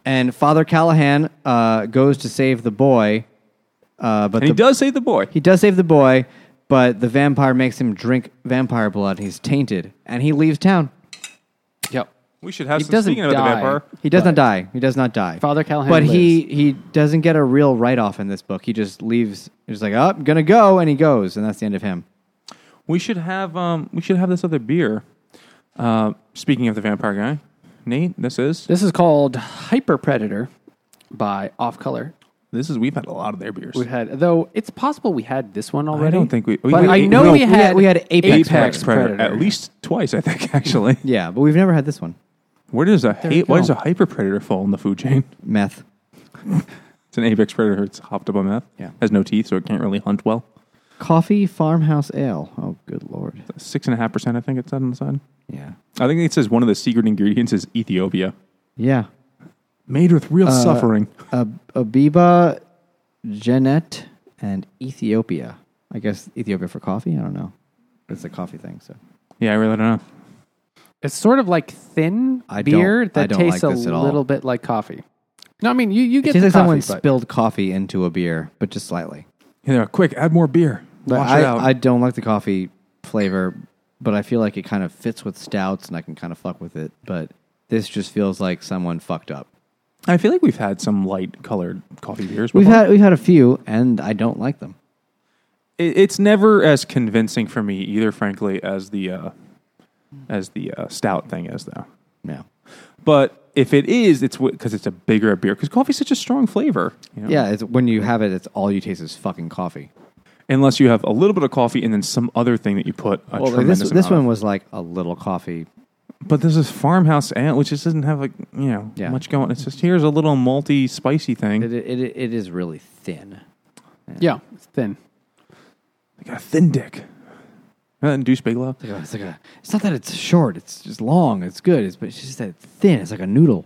S3: And Father Callahan uh, goes to save the boy, uh, but
S2: And he
S3: the,
S2: does save the boy.
S3: he does save the boy, but the vampire makes him drink vampire blood. He's tainted, and he leaves town.
S1: Yep.
S2: We should have
S1: He
S2: some
S1: doesn't
S2: speaking about the
S1: die.
S2: vampire.
S3: He does not die. He does not die.
S1: Father Callahan
S3: but he he doesn't get a real write off in this book. He just leaves. He's like, oh, I'm gonna go, and he goes, and that's the end of him.
S2: We should have um we should have this other beer. Uh, speaking of the vampire guy, Nate, this is
S1: This is called Hyper Predator by Off Color.
S2: this is we've had a lot of their beers.
S1: We had, though it's possible we had this one already.
S2: don't think we- we-
S1: but
S2: we-
S1: I
S2: we-
S1: know
S2: no,
S1: we,
S2: we
S1: had
S3: had- we had Apex
S2: Apex, Predator. At least twice, I think, actually.
S3: Yeah, but we've never had this one.
S2: Where does a
S1: you
S2: hate why
S1: go.
S2: does a hyper predator fall in the food chain?
S3: Meth.
S2: It's an apex predator, it's hopped up on meth.
S3: Yeah.
S2: Has no teeth, so it can't really hunt well.
S3: Coffee farmhouse ale. Oh, good lord.
S2: Six and a half percent, I think it said on the side.
S3: Yeah.
S2: I think it says one of the secret ingredients is Ethiopia.
S3: Yeah.
S2: Made with real suffering.
S3: Ab- Abiba, Genet, and Ethiopia. I guess Ethiopia for coffee. I don't know. It's a coffee thing. So
S2: Yeah, I really don't know.
S1: It's sort of like thin
S3: I don't-
S1: beer
S3: I
S1: that
S3: don't
S1: tastes
S3: like
S1: a
S3: this at all.
S1: little bit like coffee. No, I mean you you
S3: it
S1: get
S3: seems
S1: the
S3: like someone
S1: coffee, but-
S3: spilled coffee into a beer, but just slightly.
S2: Yeah, they're like, quick, add more beer.
S3: But
S2: Wash
S3: I,
S2: it out.
S3: I don't like the coffee flavor, but I feel like it kind of fits with stouts, and I can kind of fuck with it. But this just feels like someone fucked up.
S2: I feel like we've had some light colored coffee beers.
S3: We've
S2: before.
S3: had we've had a few, and I don't like them.
S2: It- it's never as convincing for me either, frankly, as the uh, as the uh, stout thing is though.
S3: No.
S2: But if it is, it's because it's a bigger beer. Because coffee's such a strong flavor. you know?
S3: Yeah, it's, when you have it, it's all you taste is fucking coffee.
S2: Unless you have a little bit of coffee and then some other thing that you put a
S3: Well, like
S2: tremendous
S3: this this
S2: amount
S3: one
S2: of.
S3: was like a little coffee.
S2: But this is farmhouse ale, which just doesn't have like you know
S3: Yeah.
S2: much going. It's just here's a little malty, spicy thing.
S3: It, it, it, it is really thin.
S1: yeah, it's thin.
S2: They got a thin dick. Remember that in Deuce Bigelow?
S3: It's like, a, it's like a. It's not that it's short. It's just long. It's good. It's but it's just that it's thin. It's like a noodle.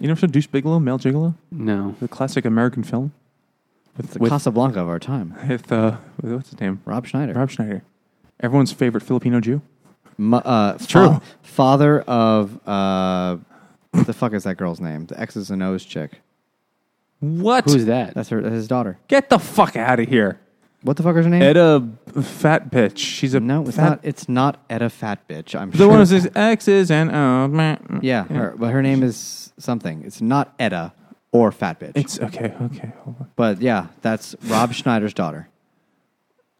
S2: You know, so Deuce Bigelow, Mel Gigolo,
S1: No,
S2: the classic American film with
S3: It's the
S2: with,
S3: Casablanca of our time.
S2: with, uh, with- what's his name?
S3: Rob Schneider.
S2: Rob Schneider, everyone's favorite Filipino Jew.
S3: Mu- uh,
S2: true.
S3: Father of uh, what the fuck is that girl's name? The X's and O's chick.
S2: What?
S1: who's that?
S3: That's her. That's his daughter.
S2: Get the fuck out of here,
S3: What the fuck is her name?
S2: Etta, fat bitch. She's a
S3: no, it's
S2: fat-
S3: not. It's not Etta Fat Bitch. I'm
S2: The
S3: sure.
S2: one who says X's and oh, meh.
S3: yeah, her, but her name is something. It's not Etta or Fat Bitch.
S2: It's okay, okay. Hold on.
S3: but yeah, that's Rob Schneider's daughter.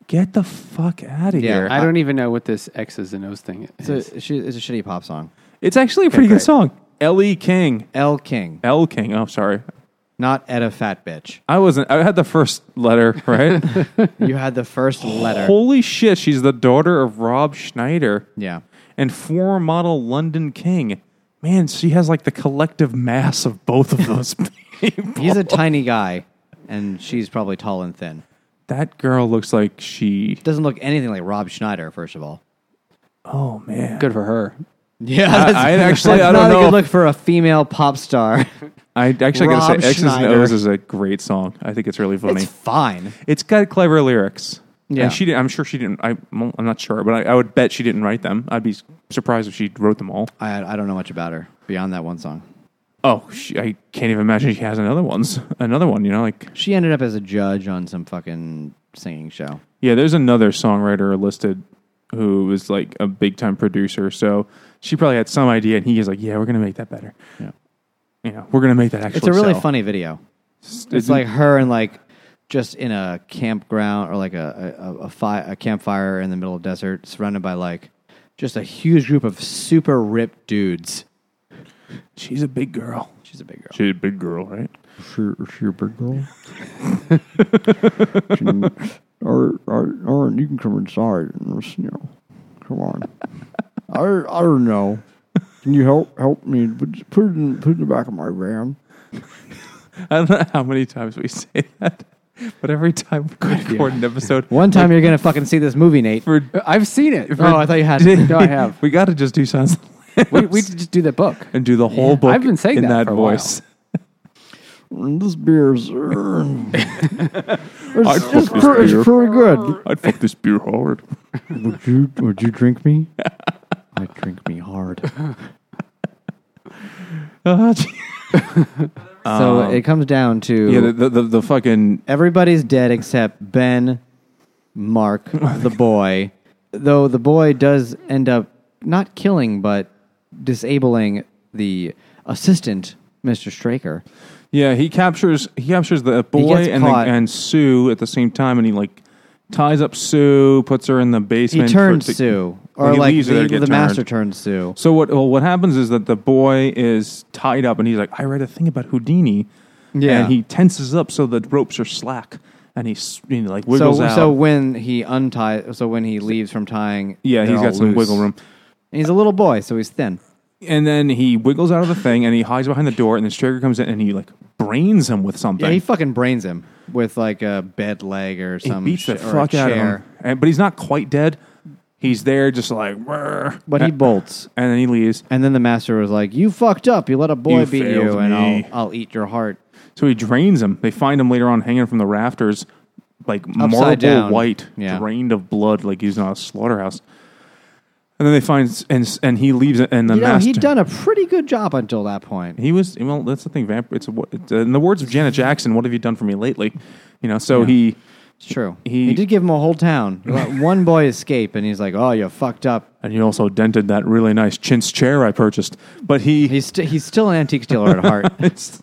S2: Get the fuck out of
S3: Yeah,
S2: here.
S1: I don't even know what this X's and O's thing is.
S3: It's a, she, it's a shitty pop song.
S2: It's actually a pretty
S3: great.
S2: good song. Ellie King.
S3: L King,
S2: L King. Oh, sorry.
S3: not Etta Fat Bitch.
S2: I wasn't. I had the first letter right.
S3: You had the first letter.
S2: Holy shit! She's the daughter of Rob Schneider.
S3: Yeah.
S2: and former model London King. Man, she has like the collective mass of both of those people.
S3: He's a tiny guy, and she's probably tall and thin.
S2: That girl looks like she.
S3: Doesn't look anything like Rob Schneider, first of all.
S2: Oh man,
S1: Good for her.
S3: Yeah,
S2: I actually-
S3: that's
S2: I don't
S3: not
S2: know
S3: a
S2: if-
S3: good look for a female pop star.
S2: I actually gotta
S3: Rob
S2: say, X's and
S3: Schneider.
S2: O's is a great song. I think it's really funny.
S3: it's fine.
S2: it's got clever lyrics.
S3: Yeah.
S2: and she. Didn't, I'm sure she didn't. I, I'm not sure, but I, I would bet she didn't write them. I'd be surprised if she wrote them all.
S3: I I don't know much about her beyond that one song.
S2: Oh, she, I can't even imagine she has another one's another one. You know, like
S3: She ended up as a judge on some fucking singing show.
S2: Yeah, there's another songwriter listed who was like a big time producer. So she probably had some idea, and he is like, "Yeah, we're gonna make that better.
S3: Yeah.
S2: You know, we're gonna make that actually."
S3: It's a really
S2: sell."
S3: funny video.
S2: It's,
S3: It's like her and like just in a campground or like a a, a, fi- a campfire in the middle of desert, surrounded by like just a huge group of super ripped dudes.
S2: she's a big girl.
S3: She's a big girl.
S2: She's a big girl, right?
S4: Or, or, or you can come inside and just, you know, come on. I, I don't know. Can you help help me? Put, put it in put it in the back of my van.
S2: I don't know how many times we say that, but every time we record an episode,
S3: One time you're gonna fucking see this movie, Nate.
S2: for
S1: I've seen it.
S3: Oh, I thought you had.
S1: no, I have.
S2: we got to just do sounds
S1: We we should just do the book.
S2: and do the whole book.
S1: I've been saying
S2: in
S1: that
S2: that,
S1: for a
S2: voice.
S4: And this beer's uh,
S2: I'd
S4: it's,
S2: fuck
S4: it's,
S2: this
S4: pre- it's
S2: beer.
S4: pretty good.
S2: I'd fuck this beer hard.
S4: Would you would you drink me?
S3: I drink me hard.
S2: Oh, gee.
S3: so it comes down to
S2: yeah, the, the, the, the fucking.
S3: everybody's dead except Ben, Mark, the boy. Though the boy does end up not killing, but disabling the assistant, Mr. Straker.
S2: Yeah, he captures he captures the boy
S3: gets
S2: and, the,
S3: caught.
S2: and Sue at the same time, and he like ties up Sue, puts her in the
S3: He
S2: basement. for-
S3: turns
S2: to-
S3: Sue,
S2: when
S3: or
S2: he
S3: like
S2: leaves her,
S3: the,
S2: they get
S3: the master
S2: turned.
S3: turns Sue.
S2: So what well, what happens is that the boy is tied up, and he's like, "I read a thing about Houdini."
S3: Yeah.
S2: and he tenses up so the ropes are slack, and he, s- he like wiggles
S3: So,
S2: out.
S3: so when he unties, so when he leaves from tying,
S2: yeah,
S3: they're
S2: he's got
S3: all
S2: some
S3: loose.
S2: wiggle room.
S3: And he's a little boy, so he's thin.
S2: And then he wiggles out of the thing and he hides behind the door. And then Straker comes in and he like brains him with something.
S3: Yeah, he fucking brains him with like a bed leg or
S2: He
S3: some
S2: beats the
S3: shit, or a
S2: fuck out of him.
S3: chair.
S2: And, but he's not quite dead. He's there just like, "Rrr."
S3: But he
S2: and,
S3: bolts.
S2: and then he leaves.
S3: And then the master was like, "You fucked up. You let a boy
S2: You
S3: beat
S2: failed
S3: you, and
S2: me."
S3: I'll I'll eat your heart."
S2: So he drains him. They find him later on hanging from the rafters, like marble
S3: down.
S2: white,
S3: Yeah.
S2: drained of blood, like he's not a slaughterhouse. And then they find and and he leaves and the
S3: You know,
S2: master.
S3: he'd done a pretty good job until that point.
S2: He was well. That's the thing. Vamp. It's, what- it's uh, in the words of Janet Jackson. What have you done for me lately? You know. So he.
S3: It's true.
S2: He-
S3: He, did give him a whole town. Let One boy escape, and he's like, "Oh, you fucked up."
S2: And you also dented that really nice chintz chair I purchased. But he,
S3: He's st- he's still an antique dealer at heart.
S2: it's,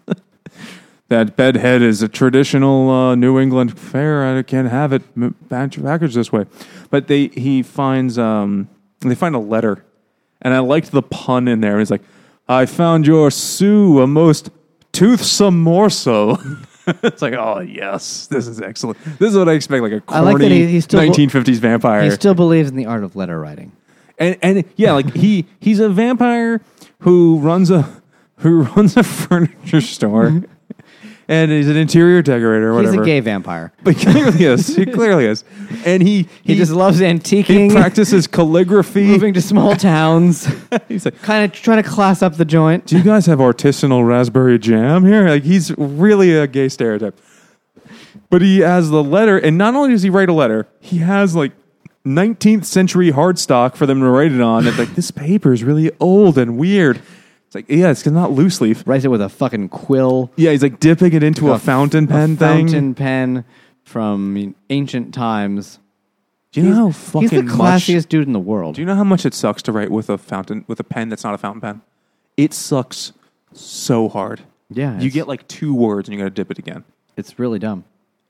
S2: that bedhead is a traditional uh, New England fair. I can't have it m- pack- packaged this way. But they he finds um they find a letter, and I liked the pun in there. He's like, "I found your Sue a most toothsome morsel." it's like, oh yes, this is excellent. This is what I expect, like a
S3: I
S2: corny
S3: like that he- he's still-
S2: 1950s vampire.
S3: he still believes in the art of letter writing.
S2: and and yeah, like he he's a vampire who runs a who runs a furniture store, and he's an interior decorator or whatever.
S3: He's a gay vampire.
S2: but he clearly is. He clearly is, and he
S3: He, just loves
S2: he
S3: antiquing,
S2: practices calligraphy.
S3: moving to small towns,
S2: he's like.
S3: kind of trying to class up the joint.
S2: Do you guys have artisanal raspberry jam here? Like he's really a gay stereotype. But he has the letter, and not only does he write a letter, he has like 19th century hardstock for them to write it on. It's like this paper is really old and weird. It's like yeah, it's not loose leaf.
S3: Writes it with a fucking quill.
S2: Yeah, he's like dipping it into a, fountain pen
S3: a
S2: thing.
S3: Fountain pen from ancient times.
S2: Do you know how
S3: He's
S2: fucking
S3: the classiest
S2: Much,
S3: dude in the world.
S2: do you know how much it sucks to write with a fountain with a pen that's not a fountain pen? It sucks so hard.
S3: Yeah,
S2: you
S3: it's-
S2: get like two words and you got to dip it again.
S3: It's really dumb.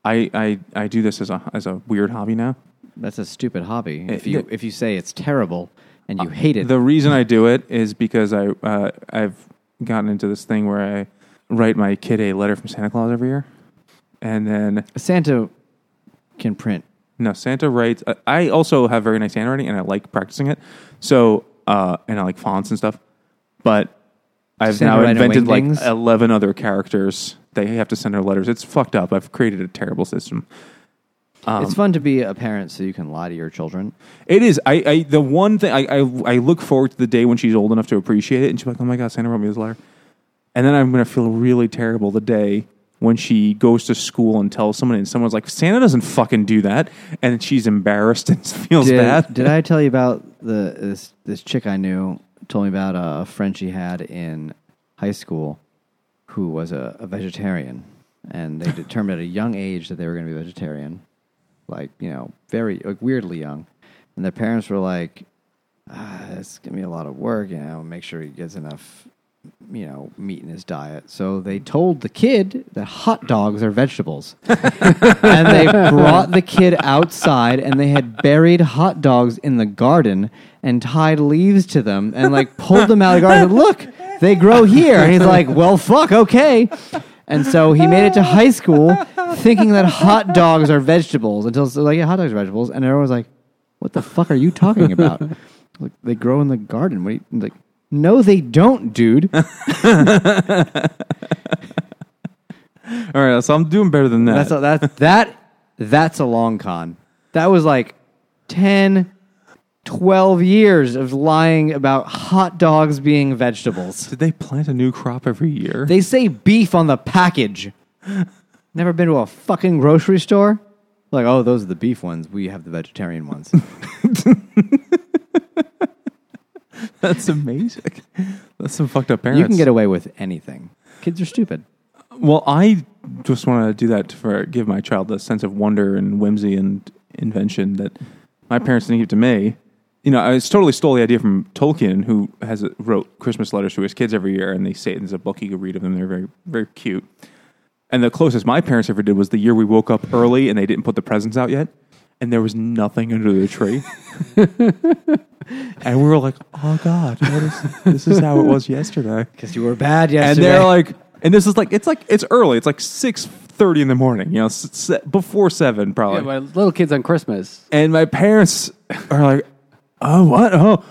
S2: I, I, I do this as a as a weird hobby now.
S3: That's a stupid hobby. If
S2: Uh,
S3: you
S2: the- Uh,
S3: if you say it's terrible and you hate it,
S2: The reason I do it is because I uh, I've gotten into this thing where I write my kid a letter from Santa Claus every year, and then
S3: Santa can print.
S2: no Santa writes. I- I also have very nice handwriting and I like practicing it. So uh, and I like fonts and stuff, but I've
S3: Santa
S2: now
S3: write away
S2: invented like
S3: things?
S2: eleven other characters. They have to send their letters. It's fucked up. I've created a terrible system. Um,
S3: it's fun to be a parent so you can lie to your children.
S2: It is. I, I the one thing I, I I look forward to the day when she's old enough to appreciate it, and she's like, "Oh my god, Santa wrote me this letter," and then I'm gonna feel really terrible the day when she goes to school and tells someone, and someone's like, "Santa doesn't fucking do that," and she's embarrassed and feels bad.
S3: did I tell you about the this this chick I knew told me about a friend she had in high school who was a, a vegetarian, and they determined at a young age that they were going to be vegetarian, like you know, very like weirdly young, and their parents were like, ah, "It's gonna be a lot of work, you know, make sure he gets enough." You know, meat in his diet. So they told the kid that hot dogs are vegetables and they brought the kid outside and they had buried hot dogs in the garden and tied leaves to them and like pulled them out of the garden. Look, they grow here. And he's like, well, fuck, okay. And so he made it to high school thinking that hot dogs are vegetables until so like, yeah, hot dogs are vegetables. And everyone was like, what the fuck are you talking about? like, they grow in the garden. What are you, like, no, they don't, dude.
S2: All right, so I'm doing better than that.
S3: That's a, that that that's a long con. That was like 10 12 years of lying about hot dogs being vegetables.
S2: Did they plant a new crop every year?
S3: They say beef on the package. Never been to a fucking grocery store? Like, oh, those are the beef ones. We have the vegetarian ones.
S2: That's amazing. That's some fucked up parents.
S3: You can get away with anything. Kids are stupid.
S2: Well, I just want to do that for give my child a sense of wonder and whimsy and invention that my parents didn't give to me. You know, I s- totally stole the idea from Tolkien, who has a, wrote Christmas letters to his kids every year, and they say it's a book you could read of them. They're very, very cute. And the closest my parents ever did was the year we woke up early and they didn't put the presents out yet, and there was nothing under the tree. and we were like, "Oh God, what is, this is how it was yesterday."
S3: Because you were bad
S2: and
S3: yesterday.
S2: they're like, and this is like, it's like it's early. It's like six thirty in the morning. You know, s- se- before seven probably.
S1: Yeah, well, little kids on Christmas.
S2: and my parents are like, "Oh, what? Oh,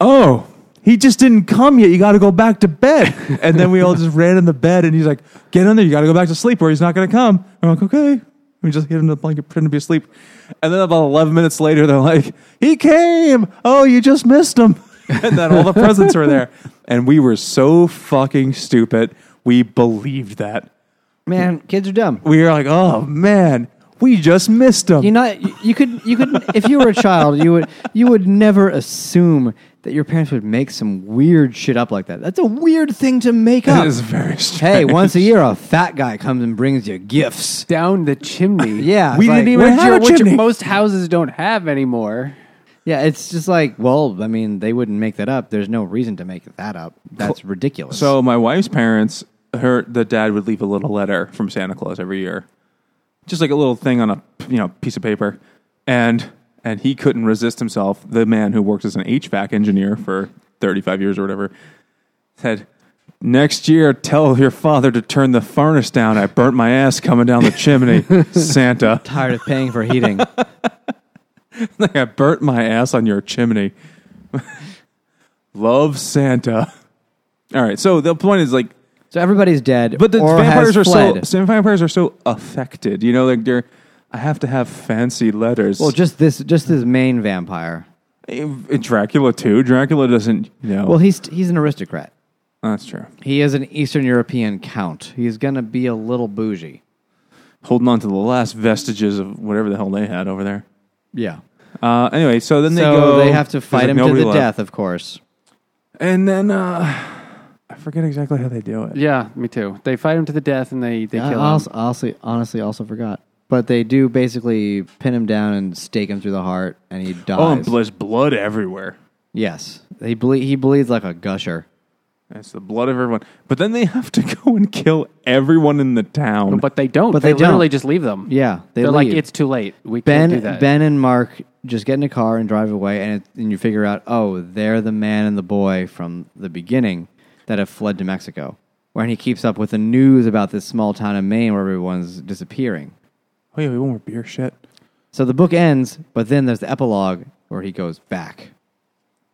S2: oh." He just didn't come yet. You got to go back to bed. And then we all just ran in the bed, and he's like, "Get in there. You got to go back to sleep, or he's not going to come." I'm like, "Okay." We just hid in the blanket, pretend to be asleep. And then about eleven minutes later, they're like, "He came. Oh, you just missed him." And then all the presents were there, and we were so fucking stupid. We believed that.
S3: man, kids are dumb.
S2: We were like, "Oh man, we just missed him."
S3: You know, you, you could, you could, if you were a child, you would, you would never assume that your parents would make some weird shit up like that. That's a weird thing to make
S2: that
S3: up.
S2: is very strange.
S3: Hey, once a year, a fat guy comes and brings you gifts.
S1: Down the chimney.
S3: Yeah,
S2: We
S3: it's
S2: didn't
S3: like-
S2: even
S1: Which,
S2: have
S1: your,
S2: a
S1: which
S2: chimney.
S1: most houses don't have anymore.
S3: Yeah, it's just like, well, I mean, they wouldn't make that up. There's no reason to make that up. That's ridiculous.
S2: So my wife's parents, her the dad would leave a little letter from Santa Claus every year, just like a little thing on a you know piece of paper, and and he couldn't resist himself. The man who worked as an HVAC engineer for thirty five years or whatever said. Next year, tell your father to turn the furnace down. I burnt my ass coming down the chimney, Santa.
S3: tired of paying for heating.
S2: Like I burnt my ass on your chimney. Love Santa. All right. So the point is like
S3: So everybody's dead.
S2: But the
S3: or
S2: vampires
S3: has
S2: are so
S3: fled.
S2: so vampires are so affected. You know, like they're. I have to have fancy letters.
S3: Well, just this, just this main vampire.
S2: Eh, Dracula too. Dracula doesn't. You know.
S3: Well, he's he's an aristocrat.
S2: that's true.
S3: He is an Eastern European count. He's gonna be a little bougie.
S2: Holding on to the last vestiges of whatever the hell they had over there.
S3: Yeah.
S2: Uh, anyway, so then
S3: So
S2: they
S3: they,
S2: go.
S3: have to
S2: there's,
S3: fight
S2: like,
S3: him to
S2: nobody
S3: the
S2: left.
S3: death, of course.
S2: and then uh, I forget exactly how they do it.
S1: Yeah, me too. They fight him to the death and they, they
S3: I
S1: kill him.
S3: also, also, honestly, also forgot. But they do basically pin him down and stake him through the heart, and he dies.
S2: Oh, and there's blood everywhere.
S3: yes, he ble- he bleeds like a gusher.
S2: It's the blood of everyone. But then they have to go and kill everyone in the town.
S1: But they don't.
S3: But
S1: they,
S3: they
S1: literally
S3: don't.
S1: just leave them.
S3: Yeah,
S1: They
S3: they
S1: are like,
S3: leave.
S1: it's too late. We can't do
S3: Ben,
S1: that.
S3: Ben, and Mark just get in a car and drive away, and, it, and you figure out, oh, they're the man and the boy from the beginning that have fled to Mexico. Where he keeps up with the news about this small town in Maine where everyone's disappearing.
S2: oh yeah, we want more beer shit.
S3: So the book ends, but then there's the epilogue where he goes back.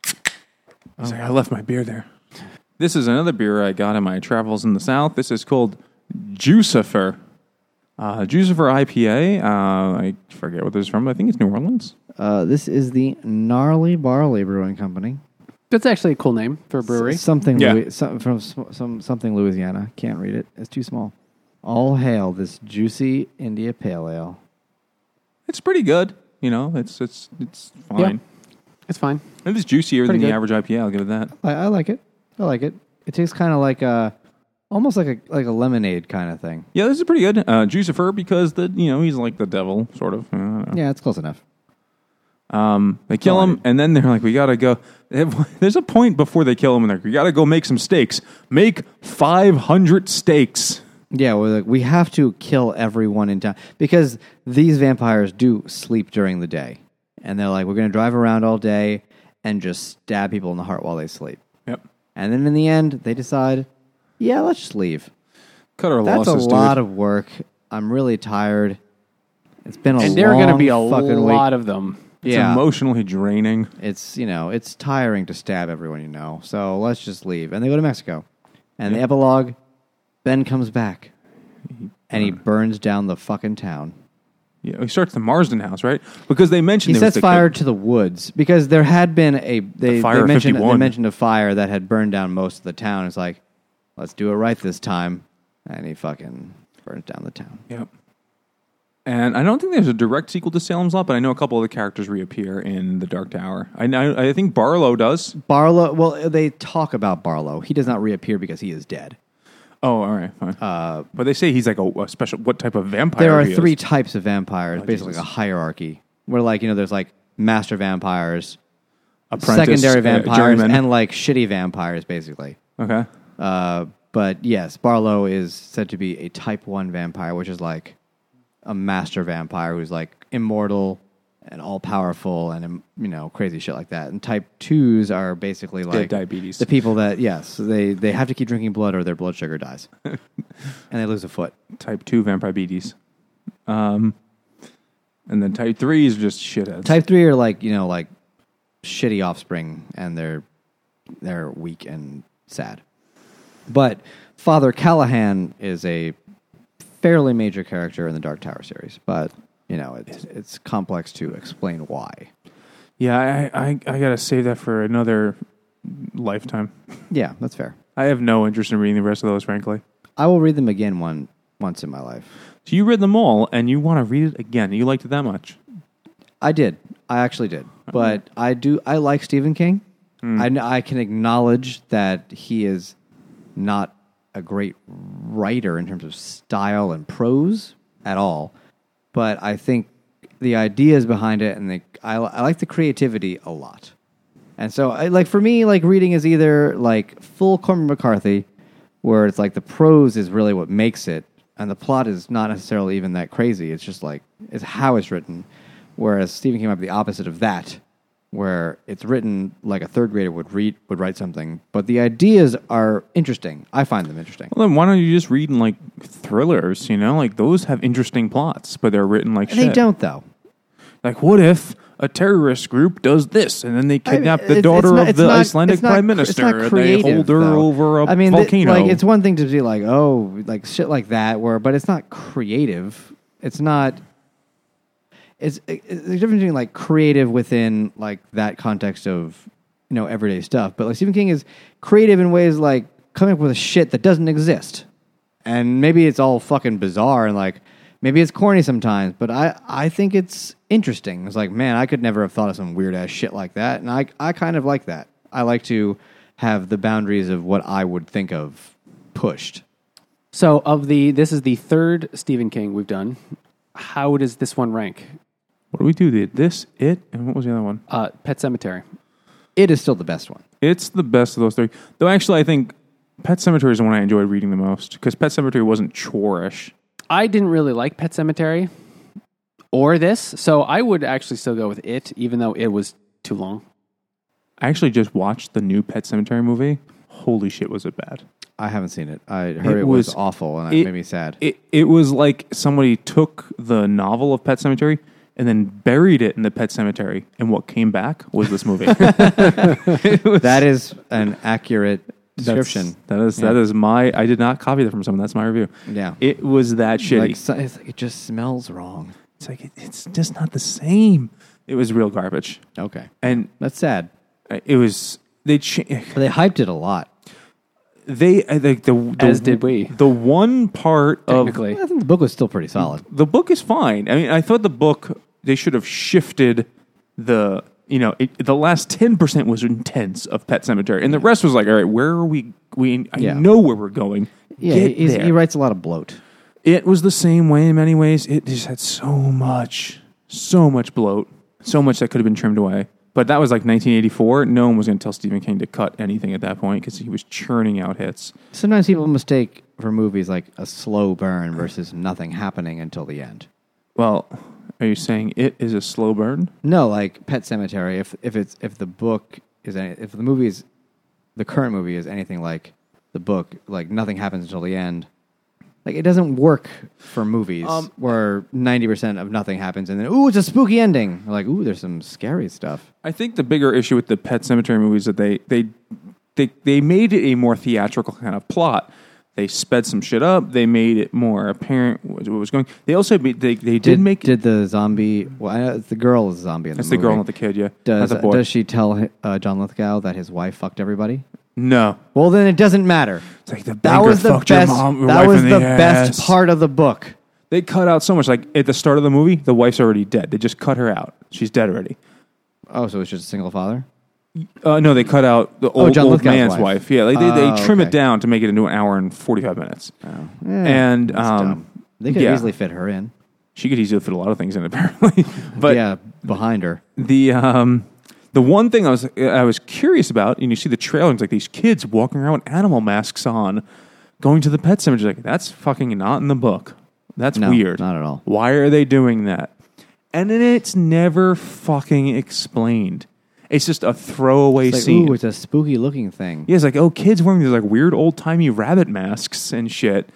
S2: I was like, I left my beer there. This is another beer I got in my travels in the South. This is called Jucifer. Uh, Jucifer IPA. Uh, I forget what this is from. I think it's New Orleans.
S3: Uh, this is the Gnarly Barley Brewing Company.
S1: That's actually a cool name for a brewery.
S3: S- something
S2: Yeah.
S3: Louis- some, from sm- some something Louisiana. Can't read it. It's too small. All hail this juicy India Pale Ale.
S2: It's pretty good. You know, it's it's it's fine.
S1: It's fine.
S2: It is juicier
S1: Pretty
S2: than the
S1: good.
S2: average IPA. I'll give it that.
S3: I, I like it. I like it. It tastes kind of like a, almost like a like a lemonade kind of thing.
S2: Yeah, this is pretty good. Uh, Jucifer because the you know he's like the devil sort of. I don't know.
S3: Yeah, it's close enough.
S2: Um, they kill him, and then they're like, "We gotta go." There's a point before they kill him, and they're like, "We gotta go make some steaks. Make five hundred steaks."
S3: Yeah, we're like, we have to kill everyone in town because these vampires do sleep during the day, and they're like, we're going to drive around all day and just stab people in the heart while they sleep.
S2: Yep.
S3: And then in the end, they decide, yeah, let's just leave.
S2: Cut our
S3: That's
S2: losses,
S3: a
S2: dude.
S3: lot of work. I'm really tired. It's been a
S1: And there are
S3: going
S1: going to
S3: to
S1: be a
S3: fucking
S1: lot
S3: week.
S1: of them.
S2: It's
S3: yeah.
S2: emotionally draining.
S3: it's you know it's tiring to stab everyone you know so let's just leave and they go to mexico and the epilogue ben comes back and
S2: uh,
S3: he burns down the fucking town
S2: Yeah, he starts the Marsden house, right? Because they mentioned
S3: he
S2: there was the-
S3: sets fire to the woods because there had been a they,
S2: The fire
S3: they
S2: of
S3: mentioned they
S2: 51.
S3: mentioned a fire that had burned down most of the town it's like let's do it right this time and he fucking burns down the town
S2: Yep. And I don't think there's a direct sequel to Salem's Lot, but I know a couple of the characters reappear in The Dark Tower. I know, I think Barlow does.
S3: Barlow. Well, they talk about Barlow. He does not reappear because he is dead.
S2: Oh, all right, fine. but they say he's like a, a special. What type of vampire?
S3: There are
S2: he is. Oh,
S3: three types of vampires, basically
S2: Jesus.
S3: like a hierarchy. Where like you know, there's like master vampires,
S2: Apprentice,
S3: secondary
S2: uh,
S3: vampires,
S2: journeyman.
S3: and like shitty vampires, basically.
S2: okay.
S3: Uh, but yes, Barlow is said to be a type one vampire, which is like a master vampire who's like immortal and all powerful and um, you know crazy shit like that. And type twos are basically like
S2: diabetes.
S3: The people that yes, they they have to keep drinking blood or their blood sugar dies, and they lose a foot.
S2: Type two vampire beaties. Um, and then type three is just shitheads.
S3: Type three are like you know like shitty offspring, and they're they're weak and sad. But Father Callahan is a fairly major character in the Dark Tower series, but you know it's it's complex to explain why.
S2: Yeah, I, I I gotta save that for another lifetime.
S3: Yeah, that's fair.
S2: I have no interest in reading the rest of those, frankly.
S3: I will read them again one once in my life.
S2: So you read them all, and you want to read it again. You liked it that much.
S3: I did. I actually did. But I do. I like Stephen King. I kn- I can acknowledge that he is not a great writer in terms of style and prose at all. But I think the ideas behind it, and the, I, li- I like the creativity a lot. And so, I, like for me, like reading is either like full Cormac McCarthy, where it's like the prose is really what makes it, and the plot is not necessarily even that crazy. It's just like it's how it's written. Whereas Stephen King might be the opposite of that, where it's written like a third grader would read would write something, but the ideas are interesting. I find them interesting.
S2: Well, then why don't you just read in like thrillers? You know, like those have interesting plots, but they're written like
S3: They
S2: shit.
S3: don't though.
S2: Like, what if a terrorist group does this, and then they kidnap
S3: I-
S2: the
S3: it's-
S2: daughter
S3: it's not-
S2: of
S3: it's
S2: the
S3: not-
S2: Icelandic
S3: it's not
S2: prime
S3: cr- it's
S2: minister,
S3: not
S2: and they hold
S3: creative,
S2: her
S3: though.
S2: over a
S3: I mean, th-
S2: volcano?
S3: like it's one thing to be like, oh, like shit like that, where but it's not creative. It's not. It's it- it's the difference between like creative within like that context of you know everyday stuff, but like Stephen King is creative in ways like coming up with shit that doesn't exist, and maybe it's all fucking bizarre and like maybe it's corny sometimes, but I I think it's interesting. It's like man, I could never have thought of some weird ass shit like that, and I I kind of like that. I like to have the boundaries of what I would think of pushed.
S1: So of the this is the third Stephen King we've done. How does this one rank?
S2: what do we do? The- This, it, and what was the other one?
S1: Uh, Pet Cemetery.
S3: It is still the best one.
S2: It's the best of those three. Though, actually, I think Pet Cemetery is the one I enjoyed reading the most because Pet Cemetery wasn't chorish.
S1: I didn't really like Pet Cemetery or this, so I would actually still go with it, even though it was too long.
S2: I actually just watched the new Pet Cemetery movie. Holy shit, was it bad!
S3: I haven't seen it. I heard
S2: It
S3: it, was,
S2: was-
S3: awful, and
S2: it-
S3: it made me sad.
S2: It it was like somebody took the novel of Pet Cemetery and then buried it in the Pet Cemetery, and what came back was this movie.
S3: that is an accurate description.
S2: That's- That is that is my. I did not copy that from someone. That's my review.
S3: Yeah.
S2: it was that shitty.
S3: Like, so- it's like it just smells wrong.
S2: it's like it, it's just not the same. It was real garbage,
S3: Okay,
S2: and
S3: that's sad.
S2: uh, it was they cha-
S3: But they hyped it a lot.
S2: they I think the, the
S1: As did we.
S2: The one part
S3: Oh.
S2: of
S1: Technically,
S3: I think the book was still pretty solid.
S2: the book is fine. I mean, I thought the book they should have shifted the you know it, the last ten percent was intense of Pet Cemetery, and the rest was like, all right, where are we? We I
S3: Yeah.
S2: know where we're going.
S3: Yeah,
S2: Get
S3: he's,
S2: there.
S3: he writes a lot of bloat.
S2: It was the same way in many ways. It just had so much, so much bloat, so much that could have been trimmed away. But that was like 1984. No one was going to tell Stephen King to cut anything at that point because he was churning out hits.
S3: Sometimes people mistake for movies like a slow burn versus nothing happening until the end.
S2: Well, are you saying it is a slow burn?
S3: No, like Pet Cemetery. If if it's if the book is any, if the movie is the current movie is anything like the book, like nothing happens until the end. Like it doesn't work for movies
S2: Um,
S3: where ninety percent of nothing happens and then ooh it's a spooky ending. Like ooh there's some scary stuff.
S2: I think the bigger issue with the Pet Cemetery movies that they they they they made it a more theatrical kind of plot. They sped some shit up. They made it more apparent what what was going. They also be- they they did, make
S3: did the zombie? Well, I know it's the girl is a zombie in the
S2: That's the girl,
S3: movie.
S2: not the kid. Yeah,
S3: Does
S2: not the boy.
S3: does she tell hi- uh, John Lithgow that his wife fucked everybody?
S2: no,
S3: Well, then it doesn't matter.
S2: It's like the
S3: That
S2: banker
S3: was the
S2: fucked your
S3: best.
S2: mom- your
S3: that
S2: wife
S3: was
S2: in
S3: the,
S2: the
S3: best
S2: ass.
S3: part of the book.
S2: They cut out so much. Like at the start of the movie, the wife's already dead. They just cut her out. She's dead already.
S3: Oh, so it's just a single father?
S2: Uh, no, they cut out the old,
S3: Oh, John
S2: old
S3: Lithgow's
S2: man's wife.
S3: wife.
S2: Yeah, like they,
S3: Oh,
S2: they trim it
S3: okay.
S2: down to make it into an hour and forty five minutes.
S3: Eh,
S2: and
S3: that's
S2: um,
S3: dumb. they could
S2: yeah.
S3: easily fit her in.
S2: she could easily fit a lot of things in apparently. but
S3: yeah, behind her.
S2: the um, the one thing I was I was curious about, and you see the trailer, it's like these kids walking around with animal masks on, going to the pet cemetery. Like that's fucking not in the book. That's
S3: No,
S2: weird.
S3: not at all.
S2: Why are they doing that? And then it's never fucking explained. It's just a throwaway
S3: It's like,
S2: scene.
S3: ooh, it's a spooky looking thing.
S2: Yeah, it's like, oh, kids wearing these like weird old timey rabbit masks and shit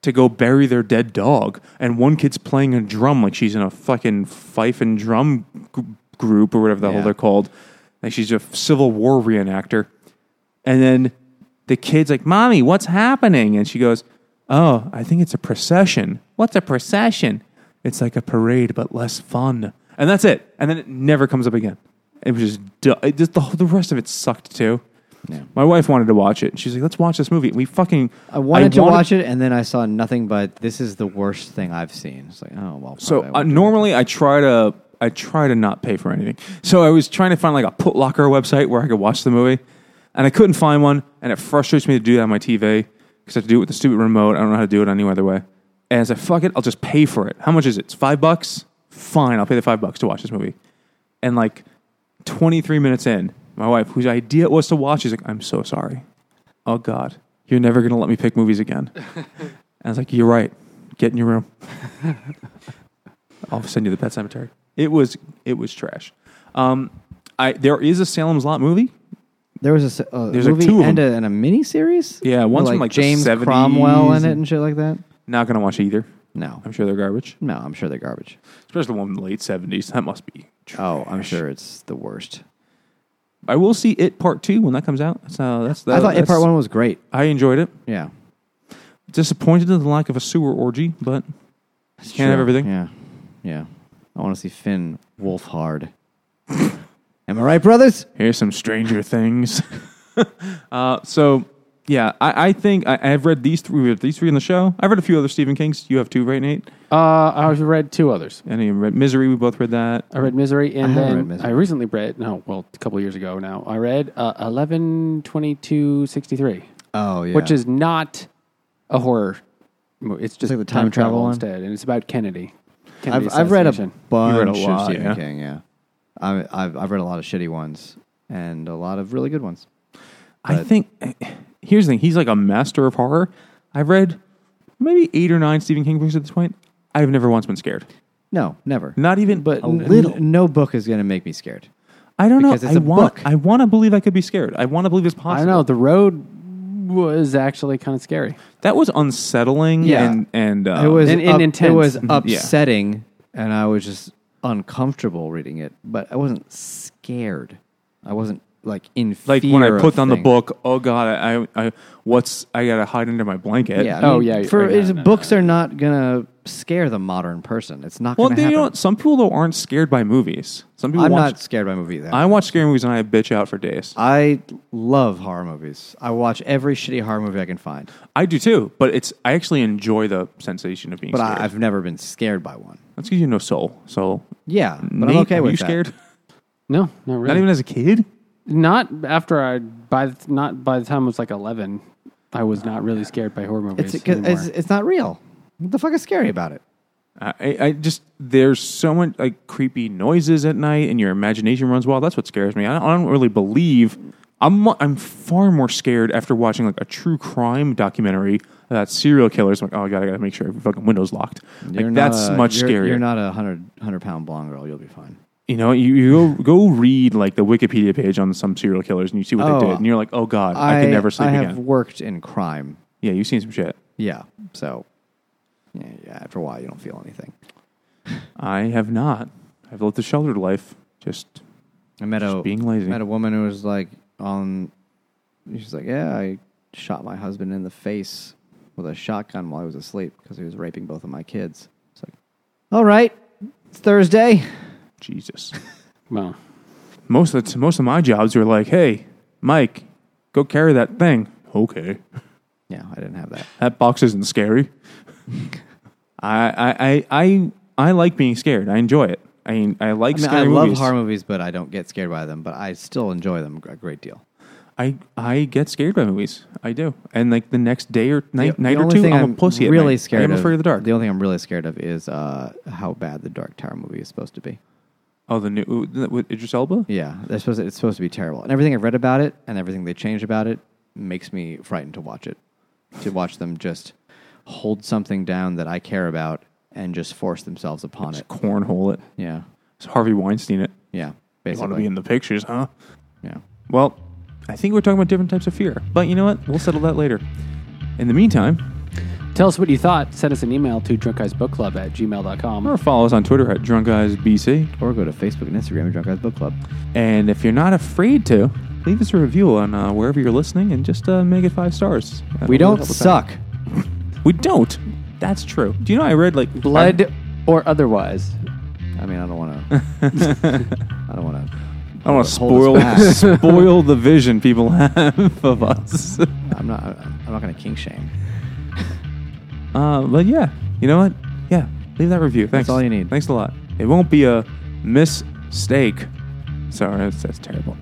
S2: to go bury their dead dog. And one kid's playing a drum like she's in a fucking fife and drum g- group or whatever the hell
S3: Yeah.
S2: they're called. Like she's a Civil War reenactor. And then the kid's like, Mommy, what's happening? And she goes, Oh, I think it's a procession. What's a procession? It's like a parade, but less fun. And that's it. And then it never comes up again. It was just, du- it just the, whole- the rest of it sucked too.
S3: Yeah.
S2: My wife wanted to watch it. She's like, let's watch this movie. We fucking.
S3: I wanted to watch it, and then I saw nothing but this is the worst thing I've seen. It's like, oh, well.
S2: So
S3: probably I
S2: uh,
S3: won't do
S2: normally I try to I try to not pay for anything. So I was trying to find like a Put Locker website where I could watch the movie, and I couldn't find one. And it frustrates me to do that on my TV because I have to do it with the stupid remote. I don't know how to do it any other way. And I said, fuck it, I'll just pay for it. How much is it? It's five bucks. Fine, I'll pay the five bucks to watch this movie. And like twenty three minutes in, my wife, whose idea it was to watch, is like, I'm so sorry. Oh God, you're never gonna let me pick movies again. and I was like, you're right. Get in your room. I'll send you the Pet Cemetery. It was it was trash. Um, I there is a Salem's Lot movie.
S3: There was a s- uh,
S2: There's, like,
S3: movie
S2: two of
S3: and,
S2: them.
S3: a, and a mini series.
S2: Yeah, one's from, like, the
S3: James
S2: 70s
S3: Cromwell in it
S2: and-
S3: and shit like that.
S2: Not gonna watch either.
S3: No,
S2: I'm sure they're garbage,
S3: no, I'm sure they're garbage.
S2: especially the one in the late seventies. That must be. Trash.
S3: Oh, I'm sure it's the worst.
S2: I will see it part two when that comes out. So that's that,
S3: I thought it
S2: that's-
S3: part one was great.
S2: I enjoyed it.
S3: Yeah,
S2: Disappointed in the lack of a sewer orgy, but
S3: It's
S2: Can't have everything.
S3: Yeah, yeah. I want to see Finn Wolf hard. Am I right, brothers?
S2: here's some Stranger Things. uh, so yeah, I, I think I, I've read these three. we read These three in the show. I've read a few other Stephen Kings. You have two, right, Nate?
S1: Uh, I've read two others.
S2: And you read Misery. We both read that.
S1: I read Misery, and
S3: I haven't
S1: then
S3: read Misery.
S1: I recently read no, well, a couple of years ago now. I read uh, eleven twenty two sixty three,
S3: Oh yeah.
S1: which is not a horror. movie. It's just
S3: like the time travel one?
S1: instead, and it's about Kennedy. Kennedy
S3: I've, I've read a
S1: assassination.
S3: bunch
S2: read a
S3: of
S2: lot,
S3: Stephen
S2: yeah.
S3: King. Yeah, I, I've I've read a lot of shitty ones and a lot of really good ones.
S2: I think here's the thing. He's like a master of horror. I've read maybe eight or nine Stephen King books at this point. I've never once been scared.
S3: No, never.
S2: Not even
S3: but
S2: a
S3: n-
S2: little.
S3: n- no book is going to make me scared.
S2: I don't know.
S3: because it's
S2: I
S3: a
S2: want.
S3: book.
S2: I want to believe I could be scared. I want to believe it's possible.
S1: I know the road was actually kind of scary.
S2: That was unsettling.
S3: Yeah.
S2: and and uh,
S3: it was
S1: and- and
S3: up-
S1: intense.
S3: It was
S1: Mhm.
S2: Yeah.
S3: upsetting, and I was just uncomfortable reading it. But I wasn't scared. I wasn't like in
S2: like
S3: fear
S2: when I
S3: of
S2: put down the
S3: things.
S2: book. Oh God, I, I, I what's I gotta hide under my blanket.
S3: Yeah. I
S1: Oh,
S3: mean,
S1: yeah,
S3: For
S1: right, no,
S3: it's-
S1: no,
S3: books are not going to scare the modern person. It's not
S2: Well,
S3: going
S2: then,
S3: to
S2: you
S3: happen.
S2: know, what? some people though aren't scared by movies. Some people
S3: I'm
S2: watch.
S3: not scared by movies. either.
S2: I watch scary movies and I bitch out for days.
S3: I love horror movies. I watch every shitty horror movie I can find,
S2: I do too, but it's I actually enjoy the sensation of being.
S3: but
S2: scared.
S3: I, I've never been scared by one.
S2: That's because you know soul. So,
S3: Yeah, but
S2: Nate,
S3: I'm okay
S2: are
S3: with
S2: you
S3: that.
S2: scared?
S1: No, not really.
S2: Not even as a kid.
S1: Not after I by the- not by the time I was like eleven, I was not really scared by horror movies
S3: It's,
S1: anymore.
S3: it's it's not real. What the fuck is scary about it?
S2: I, I just there's so much like creepy noises at night, and your imagination runs wild. That's what scares me. I don't, I don't really believe. I'm mu- I'm far more scared after watching like a true crime documentary about serial killers. I'm like, oh god, I gotta make sure every fucking window's locked.
S3: You're
S2: like
S3: not
S2: that's
S3: a-
S2: much
S3: you're,
S2: scarier.
S3: You're not a 100, 100 pound blonde girl. You'll be fine.
S2: you know, you, you go, go read like the Wikipedia page on some serial killers, and you see what they
S3: Oh,
S2: did, and you're like, oh god, I, can never sleep
S3: I have
S2: again.
S3: worked in crime.
S2: yeah, you've seen some shit.
S3: Yeah, so yeah, yeah, after a while, you don't feel anything.
S2: I have not. I've lived a sheltered life. Just
S3: I met a
S2: Just being lazy.
S3: Met a woman who was like on. She's like, yeah, I shot my husband in the face with a shotgun while he was asleep because he was raping both of my kids. It's like, all right, it's Thursday.
S2: Jesus.
S1: well,
S2: most of the, most of my jobs were like, "Hey, Mike, go carry that thing." Okay,
S3: Yeah, I didn't have that.
S2: that box isn't scary. I I I I, I like being scared. I enjoy it. I mean, I like
S3: I mean,
S2: scary
S3: I love
S2: movies.
S3: horror movies, but I don't get scared by them. But I still enjoy them a great deal.
S2: I I get scared by movies. I do. And like the next day or night,
S3: The
S2: night or
S3: only
S2: two,
S3: thing
S2: I'm, a pussy. at
S3: Really
S2: night.
S3: scared.
S2: I am
S3: of,
S2: afraid of the dark.
S3: The only thing I'm really scared of is uh, how bad the Dark Tower movie is supposed to be.
S2: oh, the new ooh, that- with Idris Elba.
S3: Yeah, they're supposed to, it's supposed to be terrible. And everything I've read about it and everything they changed about it makes me frightened to watch it. To watch them just hold something down that I care about and just force themselves upon
S2: Just
S3: it.
S2: cornhole it.
S3: Yeah,
S2: It's Harvey Weinstein. It.
S3: yeah,
S2: You want to
S3: basically.
S2: be in the pictures, huh?
S3: yeah.
S2: Well, I think we're talking about different types of fear. But you know what? We'll settle that later. In the meantime,
S1: Tell us what you thought. Send us an email to drunkguysbookclub at gmail.com.
S2: or follow us on Twitter at Drunk Eyes BC.
S3: Or go to Facebook and Instagram and Drunk Guys Book Club.
S2: And if you're not afraid to, leave us a review on uh, wherever you're listening and just uh, make it five stars. That'll
S3: We
S2: really
S3: don't
S2: help us out.
S3: suck.
S2: We don't. That's true. Do you know I read like
S1: Blood or otherwise.
S3: I mean, I don't want to. I don't want to.
S2: I don't want to
S3: Hold
S2: spoil
S3: us
S2: spoil the vision people have of us.
S3: I'm not. I'm not going to kink shame.
S2: Uh, but yeah, you know what? Yeah, leave that review. Thanks.
S3: all you need.
S2: Thanks a lot. It won't be a mistake. Sorry, that's, that's terrible.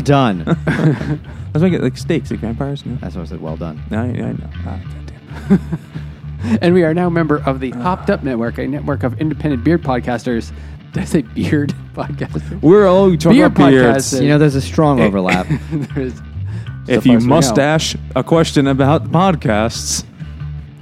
S3: done.
S2: Let's make it like steaks, like vampires. No,
S3: That's why I said well done.
S1: Uh,
S2: no, I, I know. Ah, goddamn.
S1: And we are now a member of the Hopped Up Network, a network of independent beard podcasters. Did I say beard podcasters?
S2: We're all talking
S1: Beer
S2: about beards.
S1: podcast.
S3: You know, there's a strong overlap.
S1: There's- so
S2: If
S1: far
S2: you
S1: as we know.
S2: mustache a question about podcasts.